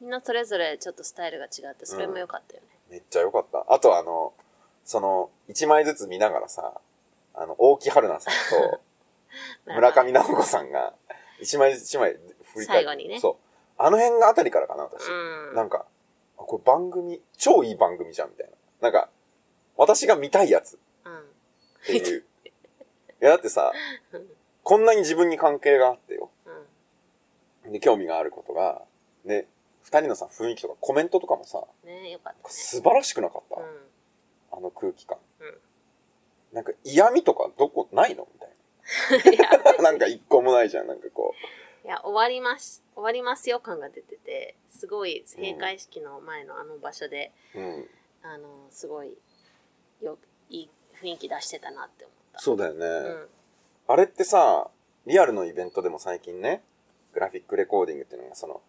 S2: みんなそれぞれちょっとスタイルが違ってそれも良かったよね、
S1: めっちゃ良かった。あとあの、その、一枚ずつ見ながらさ、あの、大木春菜さん と村上直子さんが、一枚ずつ一枚振り返って。
S2: 最後にね
S1: そう。あの辺があたりからかな、私。
S2: うん
S1: なんか、あこれ番組、超いい番組じゃん、みたいな。なんか、私が見たいやつ。
S2: うん
S1: っていう。いや、だってさ、こんなに自分に関係があってよ。
S2: うん
S1: で、興味があることが、で、二人のさ、雰囲気とかコメントとかもさ、
S2: ね良かったね
S1: 素晴らしくなかった。
S2: う
S1: あの空気感。
S2: うん
S1: なんか嫌味とかどこないのみたい
S2: ん いや
S1: な。 なんか一個もないじゃん。なんかこ
S2: いや終わります終わりますよ感が出ててすごい閉会式の前のあの場所で、
S1: う。うん。
S2: あのすごいよいい雰囲気出してたなって思った
S1: そうだよね。
S2: うん
S1: あれってさ、リアルのイベントでも最近ね、グラフィックレコーディングっていうのがその、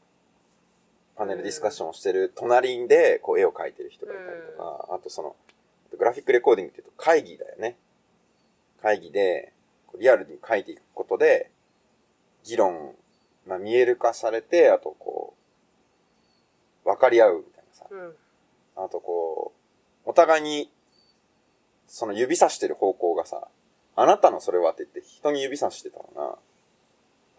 S1: パネルディスカッションをしてる隣で、こう絵を描いてる人がいたりとか、あとその、グラフィックレコーディングっていうと会議だよね。会議で、こうリアルに描いていくことで、議論、まあ見える化されて、あとこう、分かり合うみたいなさ、
S2: うん
S1: あとこう、お互いに、その指さしてる方向がさ、あなたのそれはって言って人に指さしてたの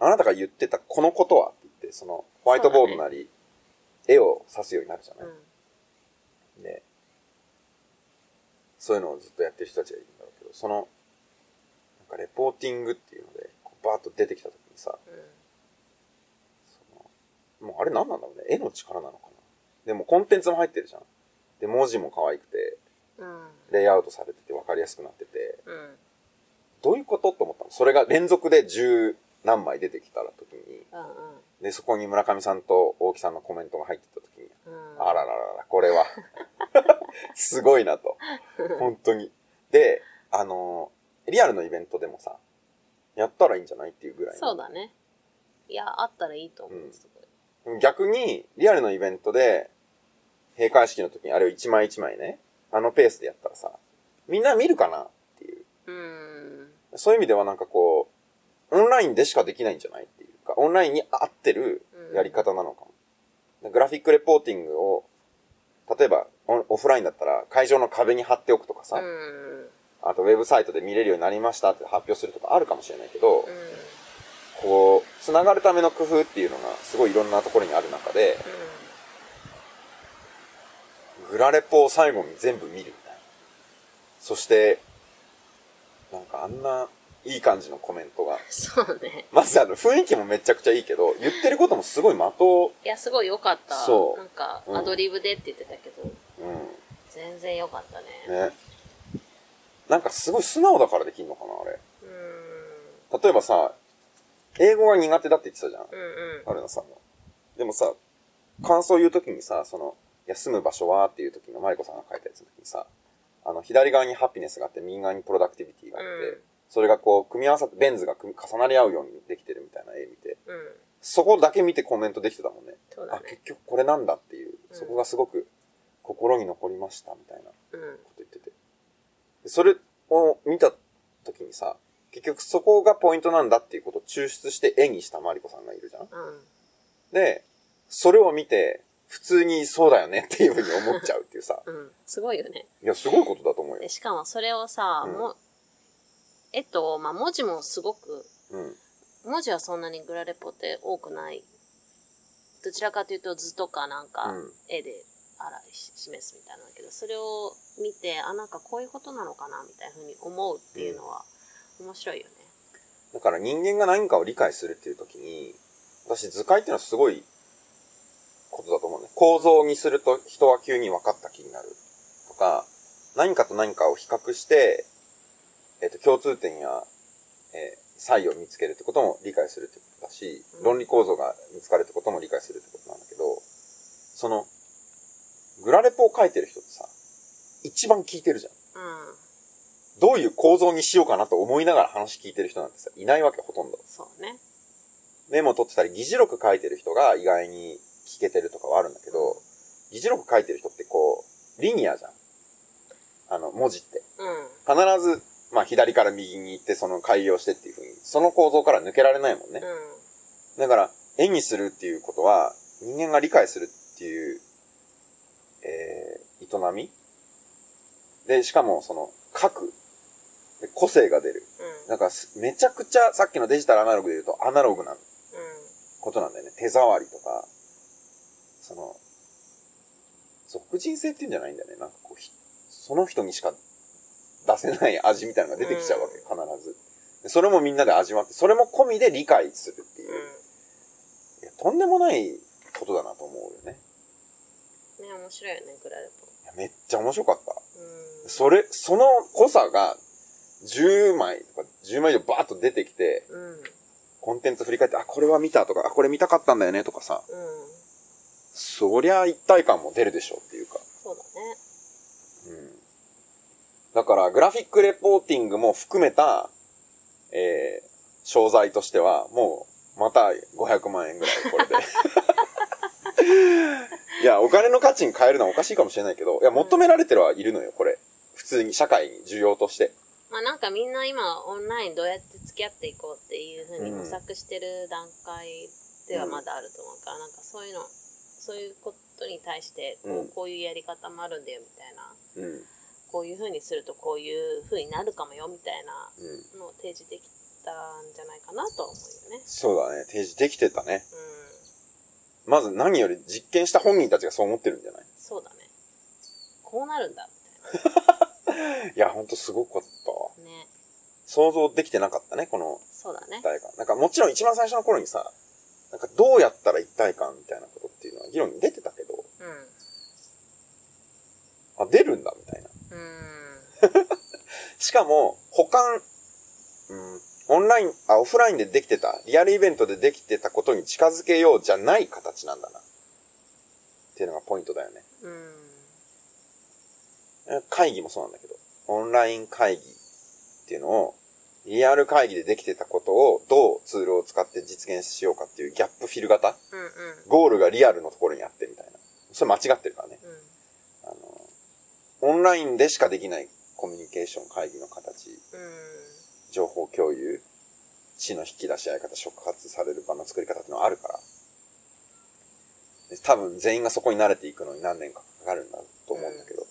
S1: な、あなたが言ってたこのことはって言って、そのホワイトボードなり、絵を指すようになるじゃない、
S2: うん
S1: で、そういうのをずっとやってる人たちがいるんだろうけど、その、なんかレポーティングっていうので、こうバーッと出てきた時にさ、そのもうあれ何なんだろうね。絵の力なのかな。でもコンテンツも入ってるじゃん。で、文字も可愛くて、
S2: うん
S1: レイアウトされてて分かりやすくなってて、
S2: うん
S1: どういうことと思ったのそれが連続で十何枚出てきたら時に、
S2: うんうん
S1: で、そこに村上さんと大木さんのコメントが入ってた時に、
S2: うん
S1: あらららら、これは、 すごいな と。本当に。で、あのーリアルのイベントでもさ、やったらいいんじゃないっていうぐらいの
S2: そうだねいやあったらいいと思
S1: う
S2: うんすごい
S1: 逆に、リアルのイベントで、閉会式の時にあれを一枚一枚ね、あのペースでやったらさ、みんな見るかなっていう。
S2: うん
S1: そういう意味ではなんかこう、オンラインでしかできないんじゃないっていうか、オンラインに合ってるやり方なのかも。グラフィックレポーティングを、例えばオオフラインだったら会場の壁に貼っておくとかさ、
S2: うん
S1: あとウェブサイトで見れるようになりましたって発表するとかあるかもしれないけど、
S2: うんうん
S1: こう、つながるための工夫っていうのがすごいいろんなところにある中で、グラレポを最後に全部見るみたいな。そして、なんかあんないい感じのコメントが。
S2: そうね
S1: まずあの雰囲気もめちゃくちゃいいけど、言ってることもすごい的を、
S2: いやすごい良かった
S1: そう
S2: なんか
S1: うん
S2: アドリブでって言ってたけど、
S1: う
S2: 全然良かったね
S1: ん、ね。なんかすごい素直だからできんのかな、あれ。
S2: うん
S1: 例えばさ、英語が苦手だって言ってたじゃん。
S2: うんうん
S1: 春菜さんが。でもさ、感想言うときにさ、その、休む場所はっていうときのマリコさんが書いたやつの時にさ、あの、左側にハピネスがあって、右側にプロダクティビティがあって、
S2: うん
S1: それがこう、組み合わさって、ベン図が組み重なり合うようにできてるみたいな絵見て、
S2: うん
S1: そこだけ見てコメントできてたもんね。
S2: そう
S1: あ
S2: だね、
S1: 結局これなんだっていう、
S2: うん
S1: そこがすごく心に残りましたみたいなこ
S2: うん
S1: と言ってて。でそれを見たときにさ、結局そこがポイントなんだっていうことを抽出して絵にしたマリコさんがいるじゃん
S2: うん。
S1: で、それを見て、普通にそうだよねっていうふうに思っちゃうっていうさ
S2: うん、すごいよね
S1: いや、すごいことだと思う
S2: で
S1: よ。
S2: しかもそれをさ、
S1: うん
S2: もえっと、まあ、文字もすごく
S1: うん。
S2: 文字はそんなにグラレポって多くないどちらかというと図とかなんか
S1: うん
S2: 絵で表し示すみたいなんだけどそれを見てあなんかこういうことなのかなみたいなふうに思うっていうのは面白いよね。
S1: だから人間が何かを理解するっていう時に、私図解っていうのはすごいことだと思うね。構造にすると人は急に分かった気になるとか、何かと何かを比較して、えっ、と、共通点や、えー差異を見つけるってことも理解するってことだし、
S2: うん
S1: 論理構造が見つかるってことも理解するってことなんだけど、その、グラレポを書いてる人ってさ、一番聞いてるじゃん。
S2: うん、
S1: どういう構造にしようかなと思いながら話聞いてる人なんてさ、いないわけほとんど。
S2: そうね。
S1: メモ取ってたり、議事録書いてる人が意外に聞けてるとかはあるんだけど、議事録書いてる人ってこう、リニアじゃん。あの、文字って。
S2: うん、
S1: 必ず、まあ、左から右に行って、その改良してっていう風に、その構造から抜けられないもんね
S2: う。ん、
S1: だから、絵にするっていうことは、人間が理解するっていう、えー、営みで、しかも、その、書く。で個性が出る。
S2: うん、
S1: だからす、めちゃくちゃ、さっきのデジタルアナログで言うと、アナログなことなんだよね。手触りとか、その、俗人性っていうんじゃないんだよね。なんかこう、ひその人にしか出せない味みたいなのが出てきちゃうわけ、必ず。でそれもみんなで味わって、それも込みで理解するっていうう。
S2: ん、
S1: いやとんでもないことだなと思うよね。
S2: うん。ね、面白いよね、グラレポ。
S1: いやめっちゃ面白かった。
S2: うん、
S1: それ、その濃さが、10枚とか、10枚以上バーッと出てきて、
S2: うん、うん、
S1: コンテンツ振り返って、あ、これは見たとか、あ、これ見たかったんだよねとかさ、そりゃ一体感も出るでしょっていうか。
S2: そうだね。
S1: うん。だから、グラフィックレポーティングも含めた、えー、商材としては、もう、また500万円ぐらい、これで。いや、お金の価値に変えるのはおかしいかもしれないけど、いや、求められてるはいるのよ、これ。普通に、社会に、需要として。
S2: まあなんかみんな今オンラインどうやって付き合っていこうっていうふうに
S1: うん
S2: 模索してる段階ではまだあると思うから、なんかそういうのそういうことに対してこう,、
S1: うん
S2: こういうやり方もあるんだよみたいな
S1: うん。うん。
S2: こういうふうにするとこういうふうになるかもよみたいなのを提示できたんじゃないかなとは思うよね。
S1: そうだね、提示できてたね。
S2: うん、
S1: まず何より実験した本人たちがそう思ってるんじゃない
S2: そうだね。こうなるんだみ
S1: いや、ほんとすごかったわ。
S2: たいなね。
S1: 想像できてなかったね、この
S2: そうだね
S1: 一。体感。なんかもちろん一番最初の頃にさ、なんかどうやったら一体感みたいなことっていうのは議論に出てたけど、
S2: うん。
S1: あ、出るんだみたいな。
S2: うん。
S1: しかも、保管、うん、オンライン、あ、オフラインでできてた、リアルイベントでできてたことに近づけようじゃない形なんだな。っていうのがポイントだよね。
S2: うん。
S1: え会議もそうなんだけど、オンライン会議っていうのを、リアル会議でできてたことをどうツールを使って実現しようかっていうギャップフィル型
S2: うんうん。
S1: ゴールがリアルのところにあってみたいな。それ間違ってるからね。
S2: うん。
S1: あの、オンラインでしかできないコミュニケーション会議の形、
S2: うん。
S1: 情報共有、血の引き出し合い方、触発される場の作り方っていうのはあるから、で多分全員がそこに慣れていくのに何年かかかるんだと思うんだけど、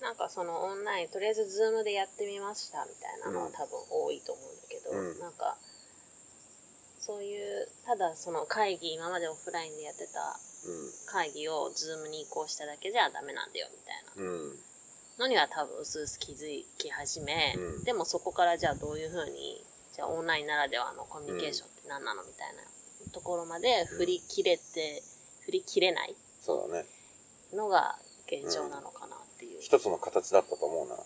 S2: なんかそのオンラインとりあえずズームでやってみましたみたいなのは
S1: うん
S2: 多分多いと思うんだけど、
S1: うん
S2: なんかそういうただその会議今までオフラインでやってた会議をズームに移行しただけじゃダメなんだよみたいな
S1: うん、うん、
S2: のには多分うすうす気づき始め、
S1: うん
S2: でもそこからじゃあどういうふうにじゃあオンラインならではのコミュニケーションって何なのみたいなところまで振り切れて、振り切れない
S1: そうだね。
S2: のが現状なのかなっていう。
S1: 一つの形だったと思うな。
S2: うん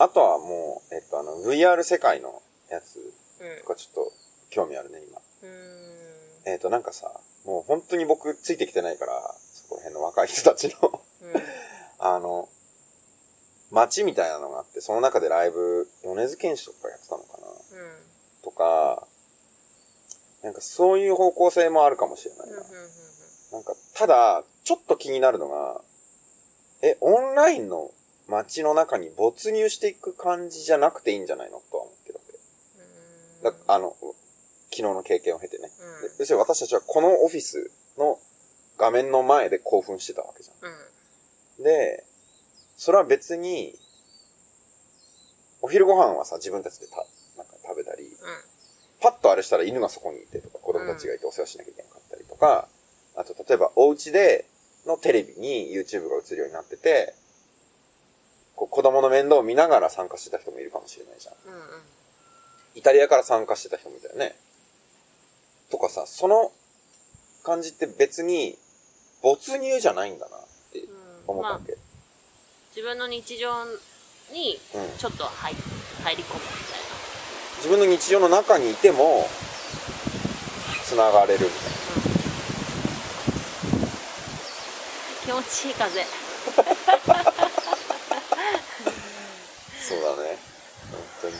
S1: あとはもう、えっと、あの、VR 世界のやつ
S2: うん
S1: とかちょっと興味あるね、今。
S2: うーん
S1: えっと、なんかさ、もう本当に僕ついてきてないから、そこら辺の若い人たちの、
S2: うん
S1: あの、街みたいなのがあって、その中でライブ、米津玄師とかやってたのかな
S2: うん
S1: とか、なんかそういう方向性もあるかもしれないな。なんか、ただ、ちょっと気になるのが、え、オンラインの街の中に没入していく感じじゃなくていいんじゃないのとは思ってるわけ。だあの、昨日の経験を経てね。
S2: うん
S1: で要するに私たちはこのオフィスの画面の前で興奮してたわけじゃ
S2: うん
S1: ん。で、それは別に、お昼ご飯はさ、自分たちでた、なんか食べたり、パッとあれしたら犬がそこにいてとか、子供たちがいてお世話しなきゃいけなかったりとか、あと例えばお家でのテレビに YouTube が映るようになってて、こう子供の面倒を見ながら参加してた人もいるかもしれないじゃん。
S2: うんうん
S1: イタリアから参加してた人もいたよね。とかさ、その感じって別に没入じゃないんだなって
S2: うん
S1: 思ったわ
S2: まあ
S1: け。
S2: 自分の日常に
S1: うん。
S2: ちょっと入入り込むみたいな
S1: 自分の日常の中にいても、繋がれるみたいな。
S2: 気持ちいい風
S1: そうだね。本当に。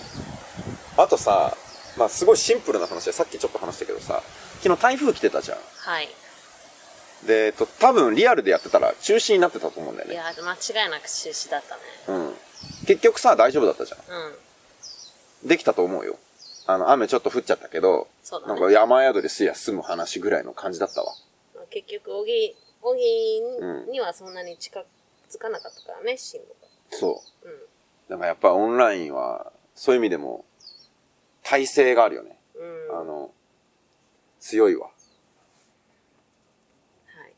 S1: あとさ、まあすごいシンプルな話で、さっきちょっと話したけどさ、昨日台風来てたじゃん。
S2: はい
S1: で、えっと、多分リアルでやってたら中止になってたと思うんだよ
S2: い
S1: ね。
S2: や間違いなく中止だったね
S1: うん。結局さ、大丈夫だったじゃ
S2: うん
S1: ん。できたと思うよ。あの、雨ちょっと降っちゃったけど、
S2: そうだ
S1: なん
S2: ね
S1: か山宿ですや済む話ぐらいの感じだったわ。
S2: まあ結局小木小
S1: う
S2: 木
S1: ん
S2: にはそんなに近づかなかったからね慎吾
S1: そ
S2: が
S1: う。だからやっぱオンラインは、そういう意味でも、体制があるよね。
S2: うんうん
S1: あの、強いわ。
S2: はい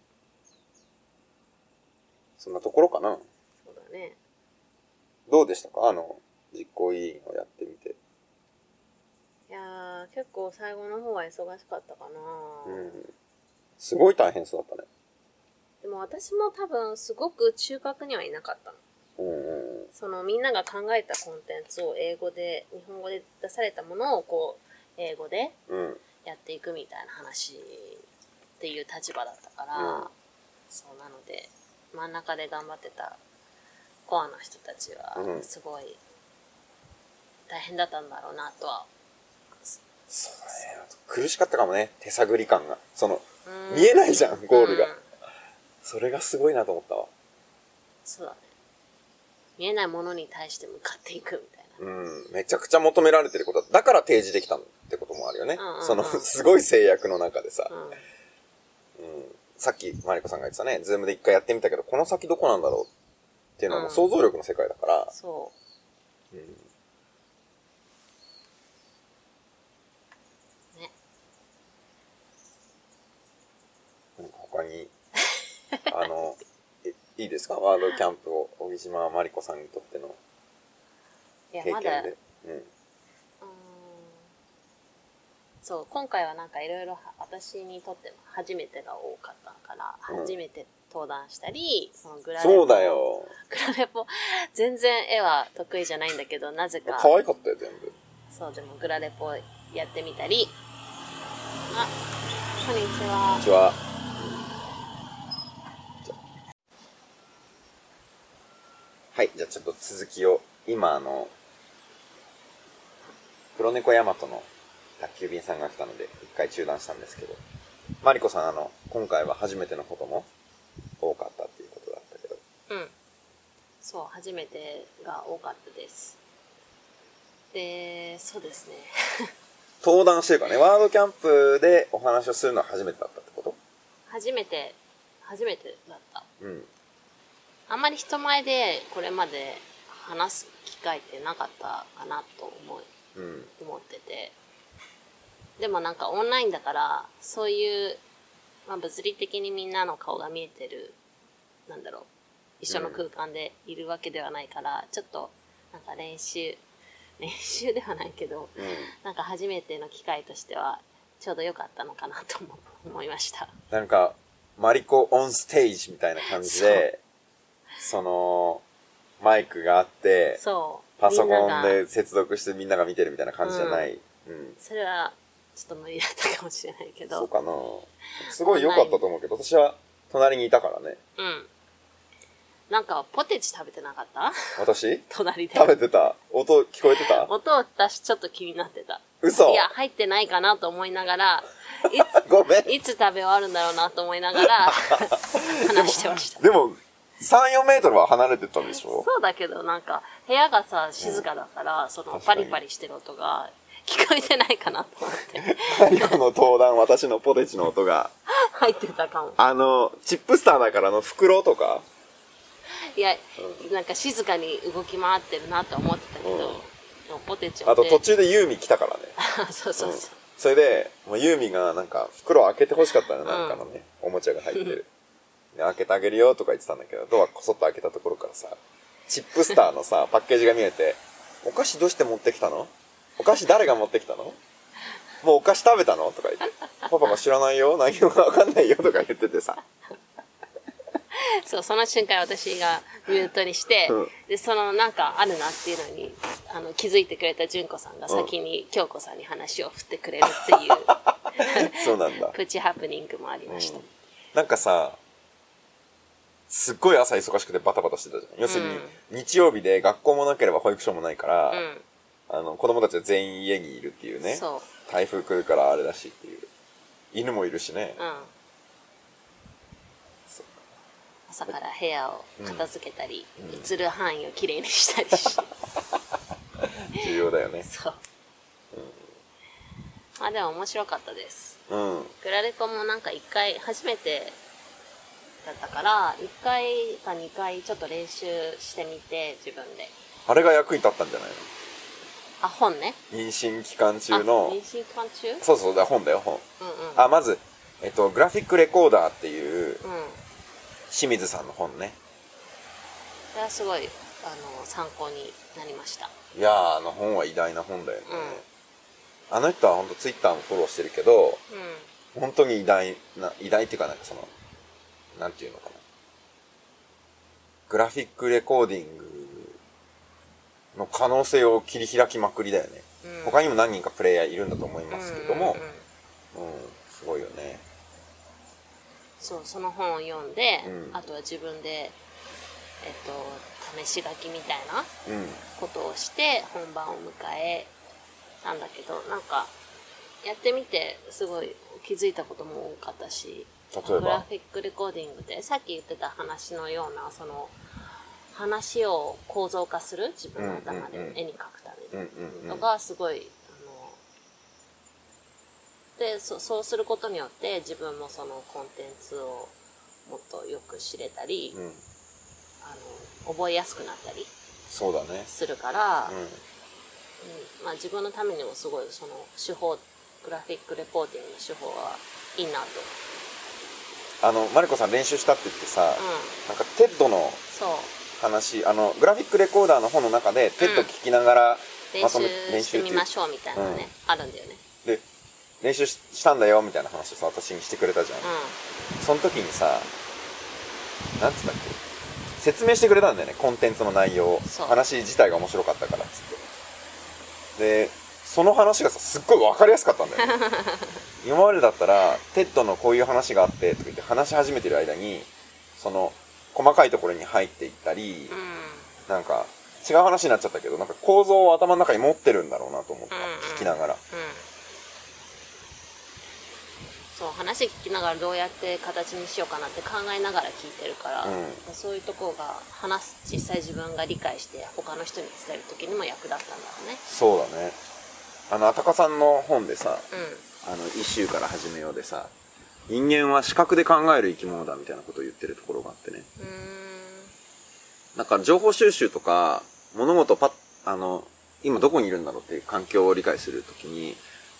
S1: そんなところかな。
S2: そうだね
S1: どうでしたかあの、実行委員をやってみて。
S2: いやー結構最後の方は忙しかったかな、
S1: うん。すごい大変そうだったね。
S2: でも私も多分すごく中核にはいなかったの
S1: うんうん。
S2: そのみんなが考えたコンテンツを英語で日本語で出されたものをこう英語で
S1: うん。
S2: やっていくみたいな話っていう立場だったから、
S1: うん
S2: そうなので真ん中で頑張ってたコアな人たち
S1: う
S2: は
S1: ん
S2: すごい大変だったんだろうなとは、
S1: そうだね。苦しかったかもね。手探り感が。その、
S2: うん
S1: 見えないじゃん、ゴールが。
S2: うん
S1: それがすごいなと思ったわ。
S2: そうだね見えないものに対して向かっていくみたいな
S1: うん。めちゃくちゃ求められてることだ。だから提示できたってこともあるよね
S2: うんうんう。ん
S1: その、すごい制約の中でさ。
S2: う
S1: う
S2: ん
S1: ん。さっき、マリコさんが言ってたね、ズームで一回やってみたけど、この先どこなんだろうっていうのはもう想像力の世界だから。
S2: そ
S1: うん
S2: うね
S1: なんか他に、 あの、えいいですかワールドキャンプを、小木島まりこさんにとっての
S2: いや
S1: 経
S2: ま
S1: 験
S2: だ
S1: で。うん。
S2: うーんそう今回はなんかいろいろ私にとっても初めてが多かったから、
S1: うん
S2: 初めて登壇したりそのグラレポ
S1: そうだよ。
S2: グラレポ全然絵は得意じゃないんだけどなぜか
S1: 可愛かったよ、全部。
S2: そうでもグラレポやってみたりあこんにち
S1: こん
S2: は
S1: にちは。はい、じゃあちょっと続きを、今あの、黒猫ヤマトの宅急便さんが来たので、一回中断したんですけど、マリコさんあの、今回は初めてのことも多かったっていうことだったけど、
S2: うんそう初めてが多かったですでそうですね
S1: 登壇してるかね、ワードキャンプでお話をするのは初めてだったってこと
S2: 初めて初めてだった
S1: うん。
S2: あんまり人前でこれまで話す機会ってなかったかなと思い
S1: うん。
S2: 思っててでもなんかオンラインだからそういう、まあ、物理的にみんなの顔が見えてるなんだろう一緒の空間でいるわけではないから、ちょっとなんか練習練習ではないけど
S1: うん。
S2: なんか初めての機会としてはちょうど良かったのかなと思 思いました
S1: なんか、マリコオンステージみたいな感じで、その、マイクがあって、
S2: そう
S1: パソ
S2: みん
S1: コ
S2: な
S1: ン
S2: が
S1: で接続してみんなが見てるみたいな感じじゃない。うん。
S2: それはちょっと無理だったかもしれないけど
S1: そうかなすごい良かったと思うけど、私は隣にいたからね。
S2: うんなんかポテチ食べてなかった
S1: 私
S2: 隣で
S1: 食べてた音聞こえてた
S2: 音を私ちょっと気になってた
S1: 嘘
S2: いや入ってないかなと思いながら
S1: ごめん。
S2: いつ食べ終わるんだろうなと思いながら話してました
S1: でも、3、4メートルは離れてたでしょ
S2: そうだけどなんか部屋がさ静かだから、その
S1: 確
S2: パ
S1: かに
S2: リパリしてる音が聞こえてないかなと思って
S1: マリコの登壇、私のポテチの音が。
S2: 入ってたかも
S1: あの、チップスターだからの袋とか、
S2: いや、なんか静かに動き回ってるなと思ってたけど、
S1: うん
S2: でもポテチを
S1: あと
S2: ね
S1: 途中でユーミン来たからね。
S2: そうそうそう、
S1: それで、もうユーミンがなんか袋を開けて欲しかったの、なんかのね、おもちゃが入ってる。で開けてあげるよとか言ってたんだけど、ドアこそっと開けたところからさ、チップスターの さ、パッケージが見えて、お菓子どうして持ってきたのお菓子誰が持ってきたのもうお菓子食べたのとか言って、パパが知らないよ、何もわかんないよとか言ってて さ、
S2: そうその瞬間私がミュートにして、
S1: うん
S2: でそのなんかあるなっていうのにあの気づいてくれた純子さんが先に京子さんに話を振ってくれるっていう
S1: そうなんだ。
S2: プチハプニングもありました、
S1: なんかさ、すっごい朝忙しくてバタバタしてたじゃん。要するに、日曜日で学校もなければ保育所もないから、
S2: うん
S1: あの、子供たちは全員家にいるっていうね。
S2: そ
S1: 台風来るからあれだしっていう。犬もいるしね
S2: う、う。ん、
S1: そっか
S2: 朝から部屋を片付けたり、
S1: うんうん
S2: 映る範囲をきれいにしたりして
S1: 重要だよね。
S2: そう、まあでも面白かったです
S1: うん。
S2: グラレコもなんか一回初めてだったから一回か二回ちょっと練習してみて自分で
S1: あれが役に立ったんじゃない
S2: あ本ね
S1: の妊娠期間中
S2: あ
S1: の
S2: 妊、娠期間中
S1: そうそうだ、本だよ、本。
S2: うんうん
S1: あ、まず、えっと、グラフィックレコーダーっていう、
S2: うん
S1: 清水さんの本ね。
S2: それはすごいあの参考になりました
S1: いやー、あの本は偉大な本だよね。
S2: う
S1: あの人は本当ツイッターもフォローしてるけど、
S2: うん
S1: 本当に偉大な、偉大っていうかなんかその、なんていうのかな。グラフィックレコーディングの可能性を切り開きまくりだよね。
S2: うん
S1: 他にも何人かプレイヤーいるんだと思いますけども
S2: うんうんうん、
S1: うんすごいよね。
S2: そうその本を読んで、
S1: うん
S2: あとは自分でえっと試し書きみたいな
S1: うん。
S2: ことをして本番を迎えたんだけどなんかやってみてすごい気づいたことも多かったし
S1: 例えば
S2: グラフィックレコーディングってさっき言ってた話のようなその話を構造化する自分の頭で
S1: うんうんうん
S2: 絵に描くた
S1: う
S2: め
S1: ん
S2: に
S1: うんう
S2: の
S1: ん。
S2: がすごいあのでそそうすることによって自分もそのコンテンツをもっとよく知れたり、
S1: うん。
S2: あの覚えやすくなったり
S1: そうだね。
S2: するから、
S1: う
S2: うんまあ、自分のためにもすごいその手法グラフィックレポーティングの手法はいいなと、
S1: ん。あの、マリコさん練習したって言ってさ、
S2: うん、
S1: なんかテッドの
S2: そう
S1: 話、あの、グラフィックレコーダーの本の中でテッド聞きながら、
S2: 練
S1: まとめ
S2: 習してみましょうみたいなのね、あるんだよね
S1: で練習ししたんだよみたいな話をさ私にしてくれたじゃん、その時にさなんつったっけ説明してくれたんだよねコンテンツの内容を
S2: そう
S1: 話自体が面白かったからっつってでその話がさすっごい分かりやすかったんだ よ、ね、今までだったらテッドのこういう話があってとか言って話し始めてる間にその細かいところに入っていったり、
S2: うんうん
S1: なんか違う話になっちゃったけどなんか構造を頭の中に持ってるんだろうなと思った、
S2: うんうん
S1: 聞きながら
S2: うんそう話聞きながらどうやって形にしようかなって考えながら聞いてるから、
S1: う
S2: そういうとこが話す実際自分が理解して他の人に伝える時にも役立ったんだろうね
S1: そうだねあのあたかさんの本でさ
S2: うん
S1: 「あの一周から始めよう」でさ人間は視覚で考える生き物だみたいなことを言ってるところがあってね
S2: うーん
S1: なんか情報収集とか物事をパッあの今どこにいるんだろうっていう環境を理解するときに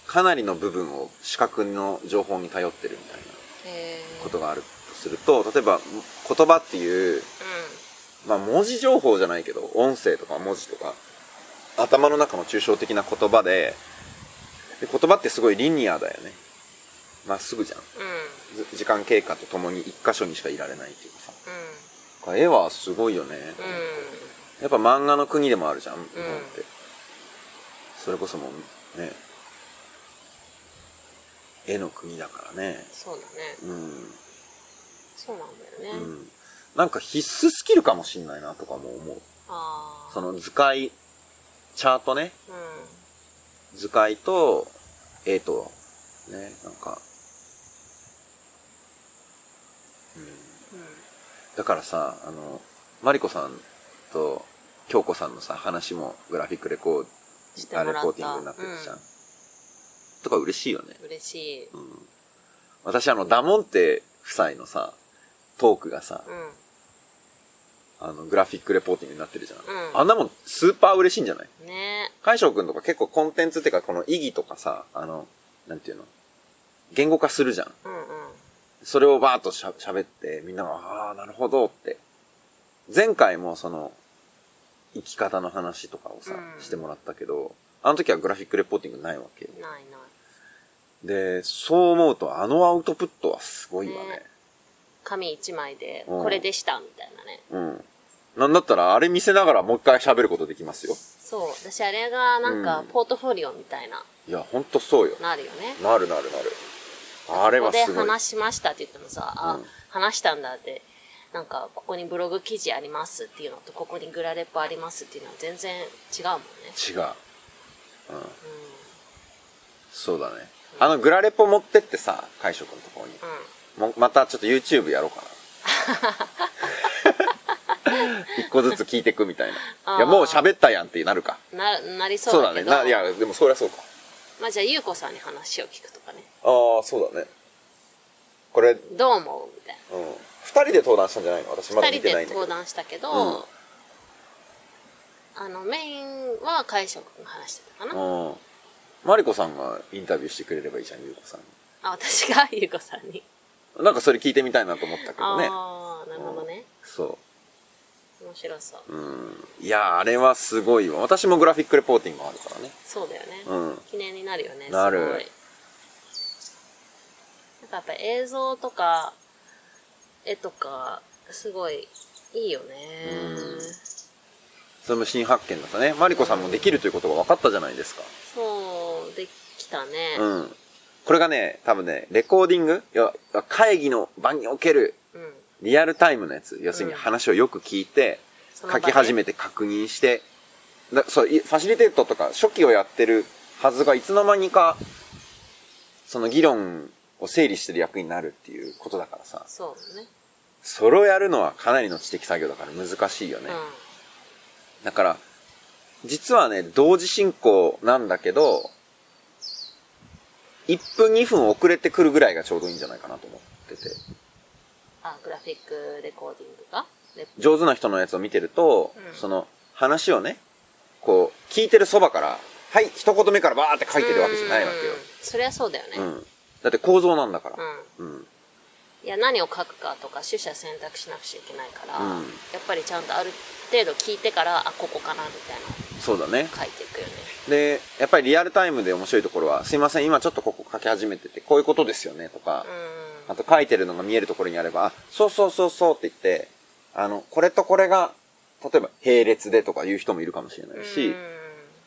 S1: かなりの部分を視覚の情報に頼ってるみたいな
S2: へー
S1: ことがあるとすると例えば言葉っていう、まあ、文字情報じゃないけど音声とか文字とか頭の中の抽象的な言葉でで言葉ってすごいリニアだよねまっすぐじゃん
S2: うん
S1: ず時間経過とともに一箇所にしかいられないっていうかさ
S2: う
S1: これ絵はすごいよね、
S2: んうん
S1: やっぱ漫画の国でもあるじゃん、日本ってそれこそもうね絵の国だからね
S2: そうだね
S1: うん、
S2: そうなんだよ
S1: う
S2: ね、
S1: ん、なんか必須スキルかもしんないなとかも思う
S2: ああ
S1: その図解チャートね
S2: うん
S1: 図解と絵とねなんか
S2: う
S1: だからさあのマリコさんと京子さんのさ話もグラフィックレコーデ
S2: んして
S1: ィ
S2: も
S1: あレ
S2: ら
S1: コ
S2: っ
S1: ーディング
S2: た
S1: になってるじゃん、
S2: うん
S1: とか嬉しいよね
S2: 嬉しい
S1: うん、私あのダモンテ夫妻のさトークがさ
S2: うん
S1: あのグラフィックレポーティングになってるじゃん、
S2: うん
S1: あんなもんスーパー嬉しいんじゃない
S2: ね
S1: 海翔くんとか結構コンテンツっていうかこの意義とかさあのなんていうの言語化するじゃん
S2: うんうん
S1: それをバーッとしゃ喋ってみんなが「ああなるほど」って前回もその生き方の話とかをさ、
S2: うん
S1: してもらったけどあの時はグラフィックレポーティングないわけよ
S2: ないない
S1: でそう思うとあのアウトプットはすごいわね
S2: ね紙一枚で
S1: うん
S2: これでしたみたいなね、
S1: うん。なんだったら、あれ見せながらもう一回喋ることできますよ。
S2: そう私あれがなん
S1: う
S2: か
S1: ん
S2: ポートフォリオみたいない
S1: や、ほんとそうよ。
S2: なるよね、
S1: なるなるなる。あれ
S2: ここ
S1: は
S2: です
S1: ごい。
S2: 話しましたって言ってもさ、
S1: う
S2: あ
S1: ん
S2: 話したんだってなんかここにブログ記事ありますっていうのとここにグラレポありますっていうのは全然違うもんね、
S1: 違う。うん。
S2: う
S1: そうだね。あの、グラレポ持ってってさ、海翔くんのところに。
S2: んうん、
S1: もまたちょっと YouTube やろうかな。 一個ずつ聞いてくみたい
S2: あ
S1: な。
S2: ー
S1: いや、もう喋ったやんってなるか。
S2: ななりそ
S1: そうう
S2: だ
S1: だ
S2: け
S1: ね。
S2: ど
S1: な、いや、でもそりゃそうか。
S2: まあじゃあ優子さんに話を聞くとかね
S1: ああ、そうだね。これ、うん。
S2: どう思うみたいな
S1: 二人で登壇したんじゃないの私まだ
S2: 2
S1: 見
S2: 人
S1: てないんだけ
S2: で
S1: ど。
S2: 登壇したけど、
S1: うん
S2: あのメインは海翔君が話してたかな、
S1: うん。マリコさんがインタビューしてくれればいいじゃん、ゆうこさんに。
S2: あ私が優子さん に、
S1: なんかそれ聞いてみたいなと思ったけどね。
S2: ああなるほどね
S1: そ
S2: 面白そ
S1: う。
S2: う、
S1: うん。いや、あれはすごいわ。私もグラフィックレポーティングあるからね。
S2: そうだよね、
S1: うん。
S2: 記念になるよね
S1: なる
S2: すごいなんかやっぱ映像とか絵とかすごいいいよね
S1: うんそれも新発見だったね。マリコさんもできるということが分かったじゃないですか。
S2: そうできたね
S1: うん。これがね、多分ね、レコーディングいや、会議の場における
S2: うん、
S1: リアルタイムのやつ。要するに話をよく聞いて、
S2: その場
S1: 書
S2: で
S1: き始めて確認してだそういファシリテートとか初期をやってるはずがいつの間にかその議論を整理してる役になるっていうことだからさ
S2: そうね
S1: それをやるのはかなりの知的作業だから難しいよね、だから実はね同時進行なんだけど1分2分遅れてくるぐらいがちょうどいいんじゃないかなと思ってて
S2: あグラフィックレコーディングがレ
S1: 上手な人のやつを見てると、
S2: うん
S1: その話をねこう聞いてるそばからはい一言目からバーって書いてるわけじゃないわけ
S2: うんそりゃそうだよね
S1: よ、うん、だって構造なんだから
S2: う、ん
S1: うん
S2: いや何を書くかとか取捨選択しなくちゃいけないから、
S1: うん
S2: やっぱりちゃんとある程度聞いてからあここかなみたいな
S1: そうだね
S2: の書いていくよね
S1: でやっぱりリアルタイムで面白いところは「すいません今ちょっとここ書き始めててこういうことですよね」とか、
S2: う
S1: あと書いてるのが見えるところにあれば「あそうそうそうそう」って言ってあのこれとこれが例えば並列でとかいう人もいるかもしれなんいし、
S2: うん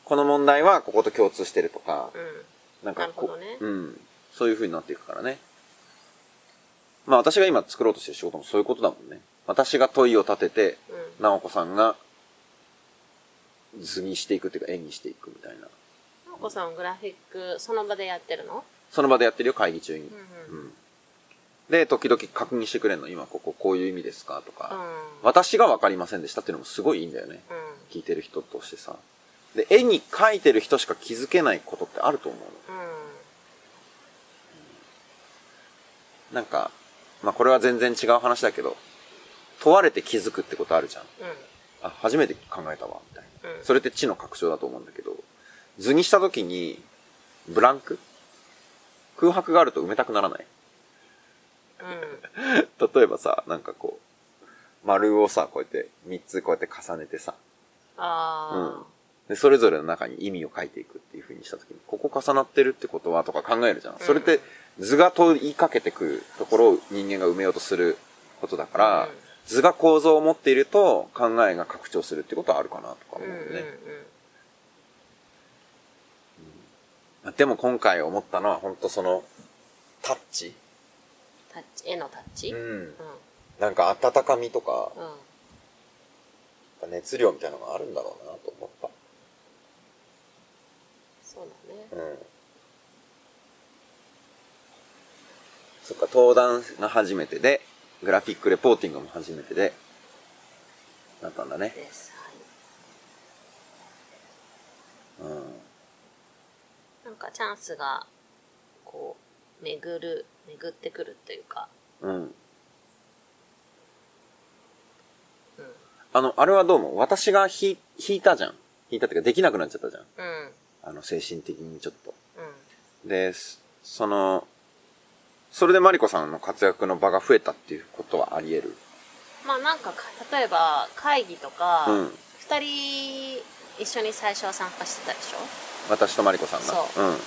S1: この問題はここと共通してるとか、
S2: うん
S1: なんかこ
S2: なるほどね
S1: う、うん、そういう風になっていくからね。まあ私が今作ろうとしてる仕事もそういうことだもんね。私が問いを立てて、
S2: うん
S1: 直子さんが図にしていくっていうか演技していくみたいな。
S2: 直子さんはグラフィックその場でやってるの
S1: その場でやってるよ、会議中に
S2: う。んうん
S1: うん。で、時々確認してくれるの、今こここういう意味ですかとか、
S2: うん
S1: 私が分かりませんでしたっていうのもすごいいいんだよね。
S2: うん
S1: 聞いてる人としてさ。で、絵に描いてる人しか気づけないことってあると思うの。
S2: うん
S1: なんか、まあこれは全然違う話だけど、問われて気づくってことあるじゃん。
S2: うん
S1: あ、初めて考えたわ、みたいな。
S2: うん
S1: それって知の拡張だと思うんだけど、図にした時に、ブランク空白があると埋めたくならない
S2: う
S1: 例えばさ、なんかこう、丸をさ、こうやって、3つこうやって重ねてさ、
S2: んあ
S1: で、それぞれの中に意味を書いていくっていう風にした時に、ここ重なってるってことはとか考えるじゃん。それって図が問いかけてくるところを人間が埋めようとすることだから、
S2: うん
S1: 図が構造を持っていると考えが拡張するってことはあるかなとか
S2: あう
S1: 思うんよ
S2: う
S1: ね
S2: ん。
S1: まあでも今回思ったのは本当そのタッチ、
S2: タッチ絵のタッチうん
S1: ん、
S2: う
S1: なんか温かみとか
S2: ん
S1: 熱量みたいなのがあるんだろうなと思っ
S2: そうだね
S1: たうんそっか登壇が初めてでグラフィックレポーティングも初めてでだったんだね
S2: ですはい
S1: うん
S2: なんかチャンスがこう巡る巡ってくるというか
S1: うん
S2: うん
S1: あのあれはどうも私がひ引いたじゃん引いたっていうかできなくなっちゃったじゃん
S2: うん
S1: あの精神的にちょっと
S2: うん
S1: で、そその、それでマリコさんの活躍の場が増えたっていうことはあり得る。
S2: まあなんかか例えば会議とか、
S1: う
S2: 二
S1: ん。
S2: 人一緒に最初は参加してたでしょ
S1: 私とマリコさんが。
S2: そう
S1: うん。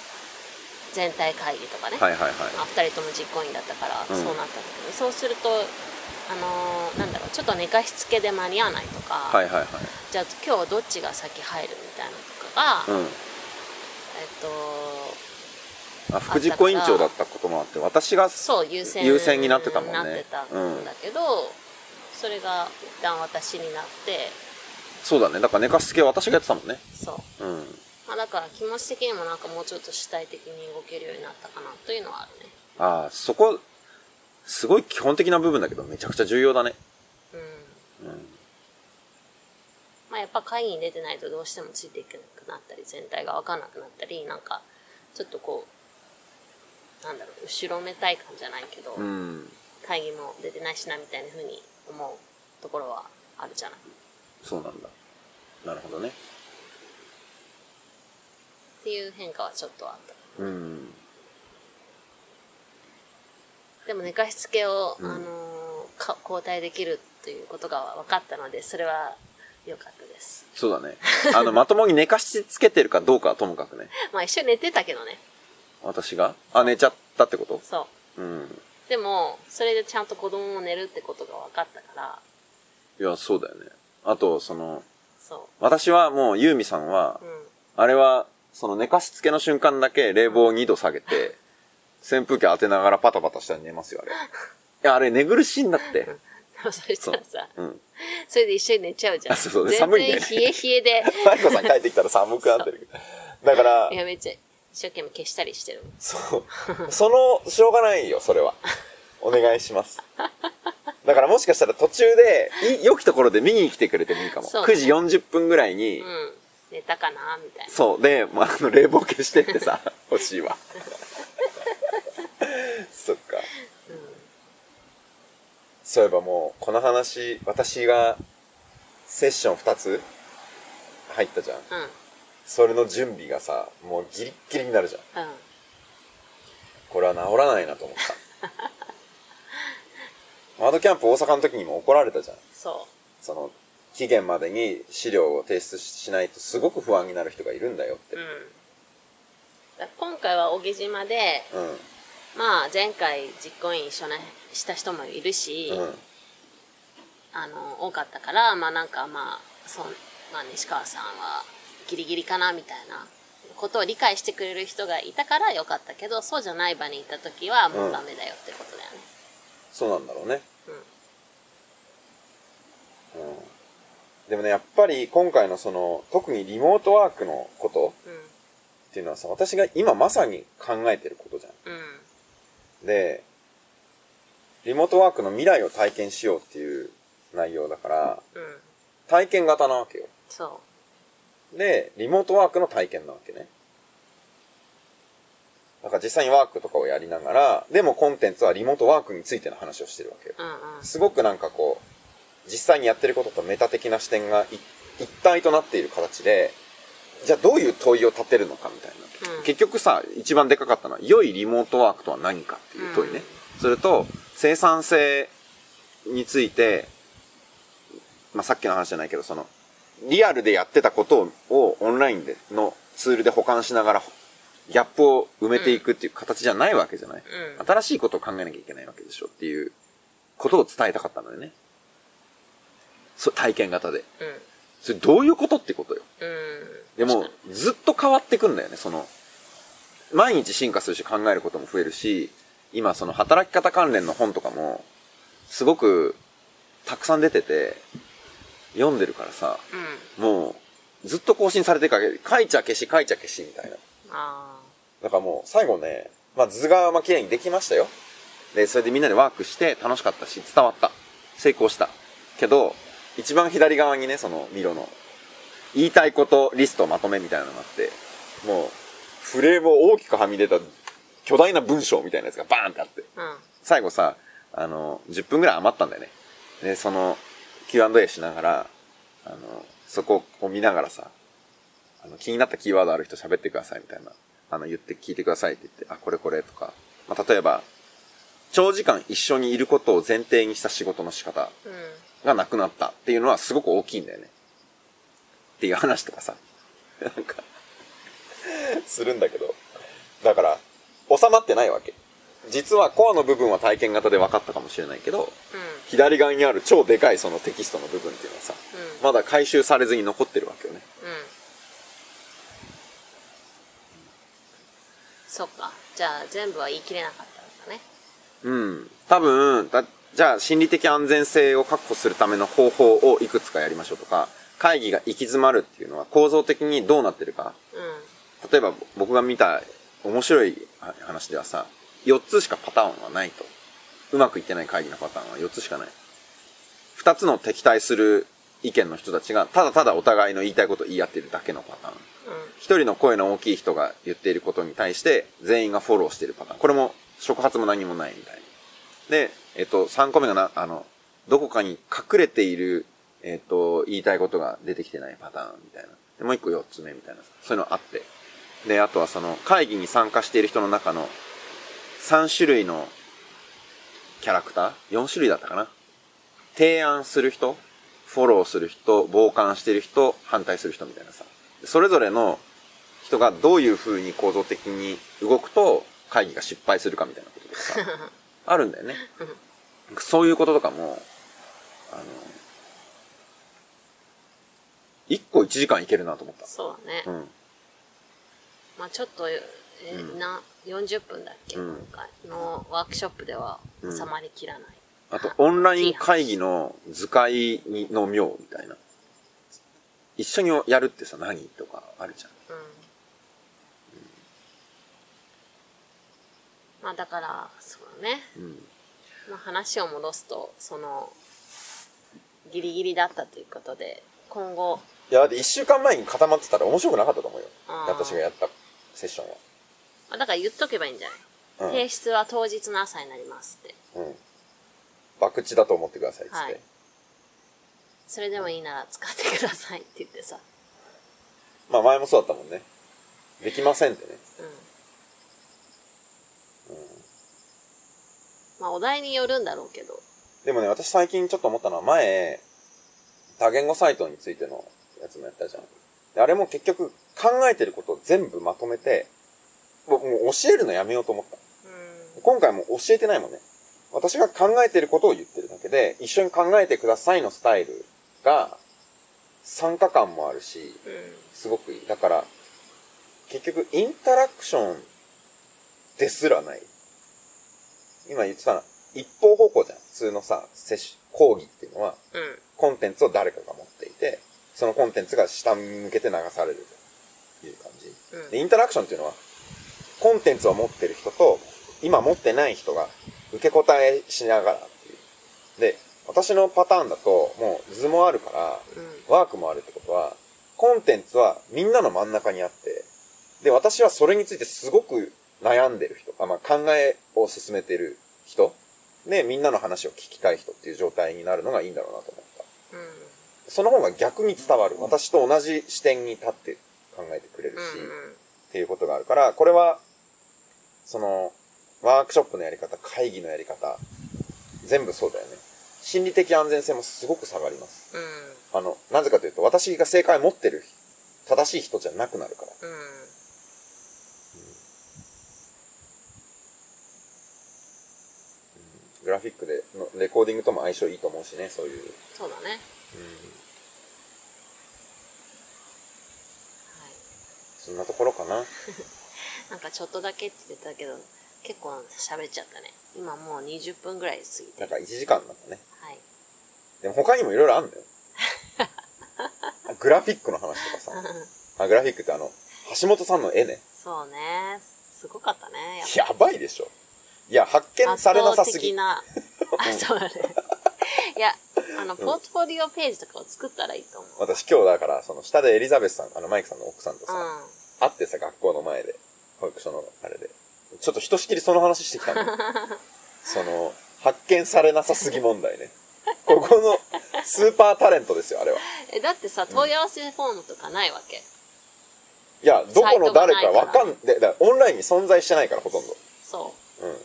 S2: 全体会議とかね、
S1: はいはいはい。
S2: まあ、2人とも実行委員だったからそううんなったんだけど、そうするとあのーなんだろうちょっと寝かしつけで間に合わないとか、
S1: はいはいはい。
S2: じゃあ今日どっちが先入るみたいなのとかが、
S1: う
S2: えっ
S1: ん。
S2: と
S1: あ、副実行委員長だったこともあって、私が、
S2: そう優先
S1: 優先になってたもんね
S2: なってたんだけど、それが一旦私になって
S1: そうだね。だから寝かしつけは私がやってたもんね。
S2: そう、
S1: うん。
S2: まあ、だから気持ち的にもなんかもうちょっと主体的に動けるようになったかなというのはあるね
S1: ああ、そこ、すごい基本的な部分だけど、めちゃくちゃ重要だね。
S2: うん
S1: うん。
S2: まあやっぱ会議に出てないとどうしてもついていけなくなったり全体が分かんなくなったりなんかちょっとこうなんだろう後ろめたい感じゃないけど、
S1: うん。
S2: 会議も出てないしなみたいな風に思うところはあるじゃない
S1: そうなんだ。なるほどね。
S2: っていう変化はちょっとあった
S1: うん。
S2: でも寝かしつけを、
S1: うん
S2: あのーか交代できるということが分かったのでそれは良かったです
S1: そうだね。あの、まともに寝かしつけてるかどうかはともかくね。
S2: まあ一緒に寝てたけどね
S1: 私があ、寝ちゃったってこと
S2: そう
S1: うん。
S2: でもそれでちゃんと子供も寝るってことが分かったから
S1: いや、そうだよね。あと、その、
S2: そ
S1: 私はもうユーミさんは
S2: う、うん
S1: あれは、その寝かしつけの瞬間だけ冷房を2度下げて、扇風機当てながらパタパタしたら寝ますよ、あれ。いや、あれ寝苦しいんだって。
S2: でもそしたらさ
S1: うん。
S2: それで一緒に寝ちゃうじゃん
S1: あそうそうで
S2: 全
S1: 寒いんだよ
S2: 然
S1: ね
S2: 冷え冷えで
S1: マリコさん帰ってきたら寒くなってる。 だから
S2: い、やめっちゃ一生懸命消したりしてるもん
S1: そう。その、しょうがないよ、それは。お願いします。だからもしかしたら途中で、い良きところで見に来てくれてもいいかも。
S2: そう
S1: 9時40分ぐらいに、
S2: うん寝たかなみたいな
S1: そうで、まあ、あの冷房消してって さ欲しいわそっか、そういえばもうこの話私がセッション2つ入ったじゃん
S2: うん
S1: それの準備がさもうギリッギリになるじゃん
S2: うん
S1: これは治らないなと思った ワードキャンプ大阪の時にも怒られたじゃん
S2: そ
S1: その期限までに資料を提出しないとすごく不安になる人がいるんだよって
S2: ううんだから今回は小木島で
S1: うん
S2: まあ前回実行委員一緒にした人もいるし、
S1: うん
S2: あの多かったからまあなんかまあそう、まあ、西川さんはギリギリかなみたいなことを理解してくれる人がいたからよかったけどそうじゃない場に行った時はもうダメだよってことだよね、
S1: そうなんだろうね
S2: うん
S1: うんでもねやっぱり今回のその特にリモートワークのこと
S2: うん
S1: っていうのはさ、私が今まさに考えてることじゃ
S2: うん
S1: ん。で、リモートワークの未来を体験しようっていう内容だから、
S2: うん
S1: 体験型なわけよ。
S2: そ
S1: で、リモートワークの体験なわけね。だから実際にワークとかをやりながら、でもコンテンツはリモートワークについての話をしてるわけよ。
S2: ううんうん
S1: すごくなんかこう、実際にやってることとメタ的な視点がい一体となっている形で、じゃあどういう問いを立てるのかみたいな。
S2: うん
S1: 結局さ、一番でかかったのは、良いリモートワークとは何かっていう問いね。それと、生産性について、まあ、さっきの話じゃないけど、その、リアルでやってたことををオンラインでのツールで保管しながら、ギャップを埋めていくっていう形じゃないわけじゃない。
S2: うん
S1: 新しいことを考えなきゃいけないわけでしょっていうことを伝えたかったのよね。そう、体験型で。
S2: うん
S1: それどういうことってことよ。
S2: うん
S1: でも、ずっと変わってくんだよね、その。毎日進化するし考えることも増えるし、今その働き方関連の本とかも、すごく、たくさん出てて、読んでるからさ、
S2: うん
S1: もう、ずっと更新されてるから、書いちゃ消し、書いちゃ消しみたいな。
S2: あ
S1: だからもう最後ね、まあ図がまあ綺麗にできましたよ。で、それでみんなでワークして楽しかったし、伝わった。成功した。けど、一番左側にね、そのミロの、言いたいことリストまとめみたいなのがあって、もう、フレームを大きくはみ出た巨大な文章みたいなやつがバーンってあって。
S2: あうん
S1: 最後さ、あの、10分ぐらい余ったんだよね。で、その、Q&A しながら、あの、そこを見ながらさ、あの、気になったキーワードある人喋ってくださいみたいな、あの、言って聞いてくださいって言って、あ、これこれとか、まあ、例えば、長時間一緒にいることを前提にした仕事の仕方
S2: うん
S1: がなくなったっていうのはすごく大きいんだよね。っていう話とかさ。 なんか、するんだけど。だから、収まってないわけ。実はコアの部分は体験型で分かったかもしれないけど、
S2: うん
S1: 左側にある超でかいそのテキストの部分っていうのはさ、
S2: うん
S1: まだ回収されずに残ってるわけよね。
S2: うんそっかじゃあ全部は言い切れなかったんだね
S1: うん。多分、だじゃあ心理的安全性を確保するための方法をいくつかやりましょうとか、会議が行き詰まるっていうのは構造的にどうなってるか
S2: う
S1: 例えば僕が見た面白い話ではさ4つしかパターンはないとうまくいってない会議のパターンは4つしかない2つの敵対する意見の人たちがただただお互いの言いたいことを言い合ってるだけのパターン
S2: んうん
S1: 1人の声の大きい人が言っていることに対して全員がフォローしているパターンこれも触発も何もないみたいなで、えっと、3個目がなあのどこかに隠れている、えっと、言いたいことが出てきてないパターンみたいなでもう1個4つ目みたいなそういうのあってであとはその会議に参加している人の中の3種類のキャラクター4種類だったかな提案する人フォローする人傍観してる人反対する人みたいなさそれぞれの人がどういう風に構造的に動くと会議が失敗するかみたいなこととかさあるんだよねそういうこととかもあの1個1時間いけるなと思っ
S2: そうだね、
S1: たうん
S2: まあちょっとえー
S1: うん
S2: な40分だっけ、
S1: うん
S2: 今回のワークショップでは
S1: うん
S2: 収まりきらない、
S1: あと、オンライン会議の図解にの妙みたいな。一緒にやるってさ、何とかあるじゃん。
S2: うんまあだからそうだね、
S1: ん
S2: まあ、話を戻すとそのギリギリだったということで今後
S1: いや、だって一週間前に固まってたら面白くなかったと思うよ。
S2: あー
S1: 私がやったセッションは。
S2: あだから言っとけばいいんじゃない、
S1: うん
S2: 提出は当日の朝になりますって
S1: うん。博打だと思ってくださいっつって。
S2: はいそれでもいいなら使ってくださいって言ってさ、
S1: まあ前もそうだったもんね。できませんってね。
S2: うんまあお題によるんだろうけど
S1: でもね、私最近ちょっと思ったのは前、多言語サイトについてのやつもやったじゃん。であれも結局考えてることを全部まとめて、もうもう教えるのやめようと思った。
S2: う
S1: 今回も教えてないもんね。私が考えてることを言ってるだけで、一緒に考えてくださいのスタイルが、参加感もあるし、
S2: ん、
S1: すごくいい。だから、結局、インタラクションですらない。今言ってたの、一方方向じゃん。普通のさ、接種、講義っていうのは、
S2: うん、
S1: コンテンツを誰かが持っていて、そのコンテンツが下向けて流されるという感じ。でインタラクションっていうのはコンテンツを持ってる人と今持ってない人が受け答えしながらっていうで私のパターンだともう図もあるからワークもあるってことはコンテンツはみんなの真ん中にあってで私はそれについてすごく悩んでる人あ、まあ、考えを進めてる人でみんなの話を聞きたい人っていう状態になるのがいいんだろうなと思った
S2: うんうん
S1: その方が逆に伝わる私と同じ視点に立って考えてくれるし、
S2: うん
S1: っていうことがあるから、これは、その、ワークショップのやり方、会議のやり方、全部そうだよね。心理的安全性もすごく下がります。
S2: うん
S1: あの、なぜかというと、私が正解を持ってる、正しい人じゃなくなるから。
S2: うん
S1: グラフィックでの、レコーディングとも相性いいと思うしね、そういう。
S2: そうだねはい
S1: そんなところかな。
S2: なんかちょっとだけって言ってたけど結構喋っちゃったね今もう20分ぐらい過ぎて
S1: なん
S2: る
S1: か1時間なんだね。
S2: はい
S1: でも他にもいろいろあんだよ。グラフィックの話とかさ。あ、グラフィックってあの、橋本さんの絵ね。
S2: そうねすごかったねやっ
S1: やばいでしょ。いや、発見
S2: ぱ
S1: されなさす
S2: 的
S1: ぎ。
S2: なあ そうだねいやあのポートフォリオページとかを作ったらいいと思う
S1: 私今日だから、その下でエリザベスさん、あのマイクさんの奥さんと
S2: う
S1: さ、会ってさ、学校の前で、保育所のあれで。ちょっとひとしきりその話してき たのよ。その、発見されなさすぎ問題ね。ここのスーパータレントですよ、あれは。
S2: んえだってさ問い合わせフォームとかないわけ
S1: いや、どこの誰
S2: サイ
S1: か
S2: トがない
S1: わ
S2: から
S1: かん、で、だからオンラインに存在してないから、ほとんど。
S2: そ
S1: うん。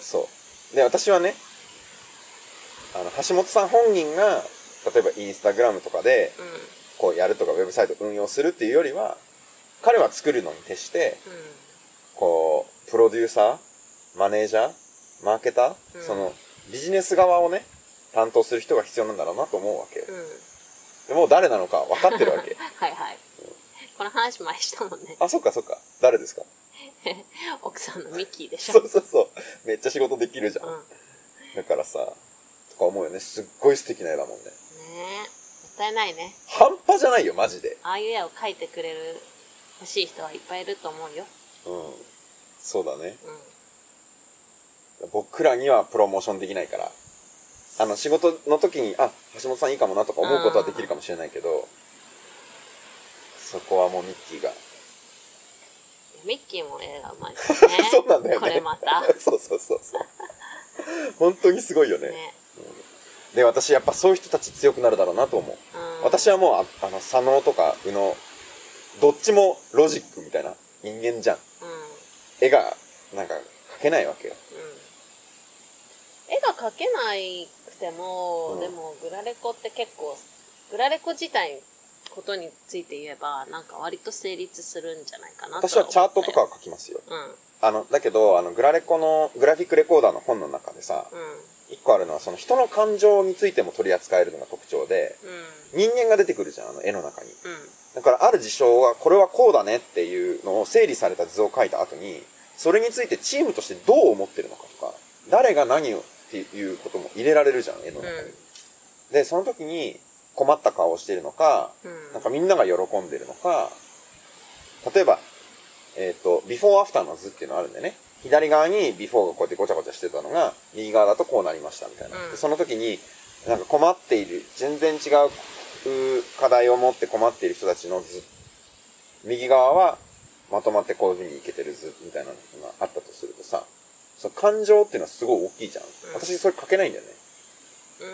S1: そう。で、私はね、あの、橋本さん本人が、例えばインスタグラムとかで、
S2: ううん
S1: こうやるとかウェブサイト運用するっていうよりは彼は作るのに徹して
S2: うん
S1: こうプロデューサーマネージャーマーケター、
S2: うん
S1: そのビジネス側をね担当する人が必要なんだろうなと思うわけよ
S2: うん
S1: でもう誰なのか分かってる わけ
S2: はいはいこの話前したもんね
S1: あそっかそっか誰ですか
S2: 奥さんのミッキーでしょ
S1: そうそうそうめっちゃ仕事できるじゃん、
S2: うん
S1: だからさとか思うよねすっごい素敵な絵だもんね
S2: ねえもったいないね
S1: 半端じゃないよマジで
S2: ああいう絵を描いてくれる欲しい人はいっぱいいると思うよ
S1: うんそうだね
S2: うん
S1: 僕らにはプロモーションできないから、あの、仕事の時に、あ、橋本さんいいかもなとか思うことはできるかもしれないけど、そこはもうミッキーが。
S2: ミッキーも絵がうまいですね
S1: そうなん だよね。
S2: これまた
S1: そうそうそう そう。本当にすごいよね。
S2: ね、
S1: で、私やっぱそういう人たち強くなるだろうなと思う。
S2: うん、
S1: 私はもう、ああの、左脳とか右脳、どっちもロジックみたいな人間じゃん。
S2: うんうん
S1: 絵が、なんか、描けないわけよ。
S2: 絵が描けないくても、
S1: うん
S2: でもグラレコって結構グラレコ自体ことについて言えばなんか割と成立するんじゃないかなと
S1: 私はチャートとか
S2: 思
S1: は描きますよ。
S2: ったよ
S1: あの、だけど、あの、グラレコの、グラフィックレコーダーの本の中でさ、
S2: うんうん
S1: 一個あるのは、その人の感情についても取り扱えるのが特徴で、
S2: うん
S1: 人間が出てくるじゃん、あの絵の中に。
S2: うん
S1: だから、ある事象は、これはこうだねっていうのを整理された図を描いた後に、それについてチームとしてどう思ってるのかとか、誰が何をっていうことも入れられるじゃん、絵の中に。で、その時に困った顔をしてるのか、
S2: うん
S1: なんかみんなが喜んでるのか、例えば、えっ、と、ビフォーアフターの図っていうのがあるんでね、左側にビフォーがこうやってごちゃごちゃしてたのが、右側だとこうなりましたみたいな。
S2: うん
S1: でその時に、なんか困っている、全然違うう課題を持って困っている人たちの図、右側はまとまってこういう風にいけてる図みたいなのがあったとするとさ、その感情っていうのはすごい大きいじゃん。
S2: ん
S1: 私それ書けないんだよね。
S2: うんう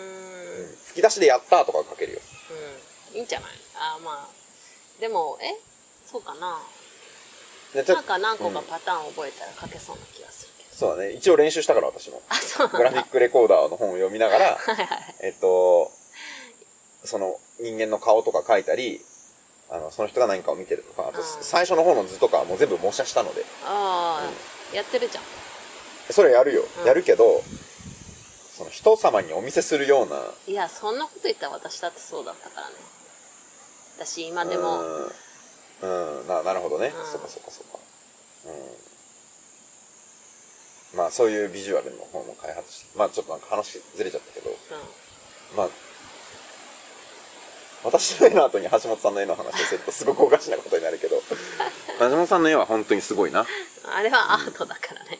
S2: ん
S1: 吹き出しでやったとか書けるよ。
S2: うん、いいんじゃないあーまあでもえそうかな
S1: でちょ
S2: なんか何個か
S1: うん
S2: パターン覚えたら書けそうな気がするけど、
S1: そうだね。一応練習したから私も。
S2: あそう
S1: グラフィックレコーダーの本を読みながら、
S2: はいはい
S1: えっと、その人間の顔とか書いたり、あの、その人が何かを見てるとか、あと
S2: うん
S1: 最初の方の図とかはもう全部模写したので、
S2: ああ、やってるじゃん
S1: それやるよ
S2: う。ん
S1: やるけど、その人様にお見せするような、
S2: いやそんなこと言ったら私だってそうだったからね私今で
S1: う
S2: も
S1: ん、うん、ななるほどね。
S2: うん
S1: そっかそっかそっか。うん。まあそういうビジュアルの本も開発して、まあちょっとなんか話ずれちゃったけど、
S2: うん
S1: まあ、私の絵の後に橋本さんの絵の話をするとすごくおかしなことになるけ ど橋本さんの絵は本当にすごいない
S2: あれはアートだからね、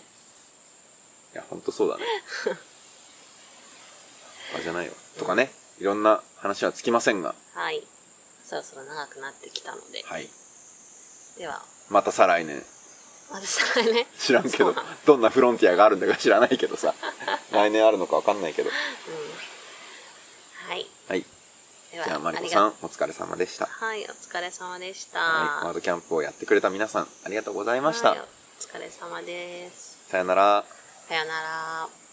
S1: や本当そうだねあじゃないよとかねいろんな話はつきませんが
S2: はいそろそろ長くなってきたので、
S1: はい
S2: では
S1: また再来年
S2: 私はね
S1: 知らんけ
S2: そ
S1: ど
S2: うなの
S1: どんなフロンティアがあるんだか知らないけど さ来年あるのか分かんないけど
S2: うんはい
S1: はい
S2: では
S1: じゃあマリコ
S2: あ
S1: さ
S2: り
S1: んお疲れ様でした
S2: がはいお疲れ様でした、
S1: はい、ワードキャンプをやってくれた皆さんありがとうございました、
S2: はいお疲れ様です
S1: さよなら
S2: さよなら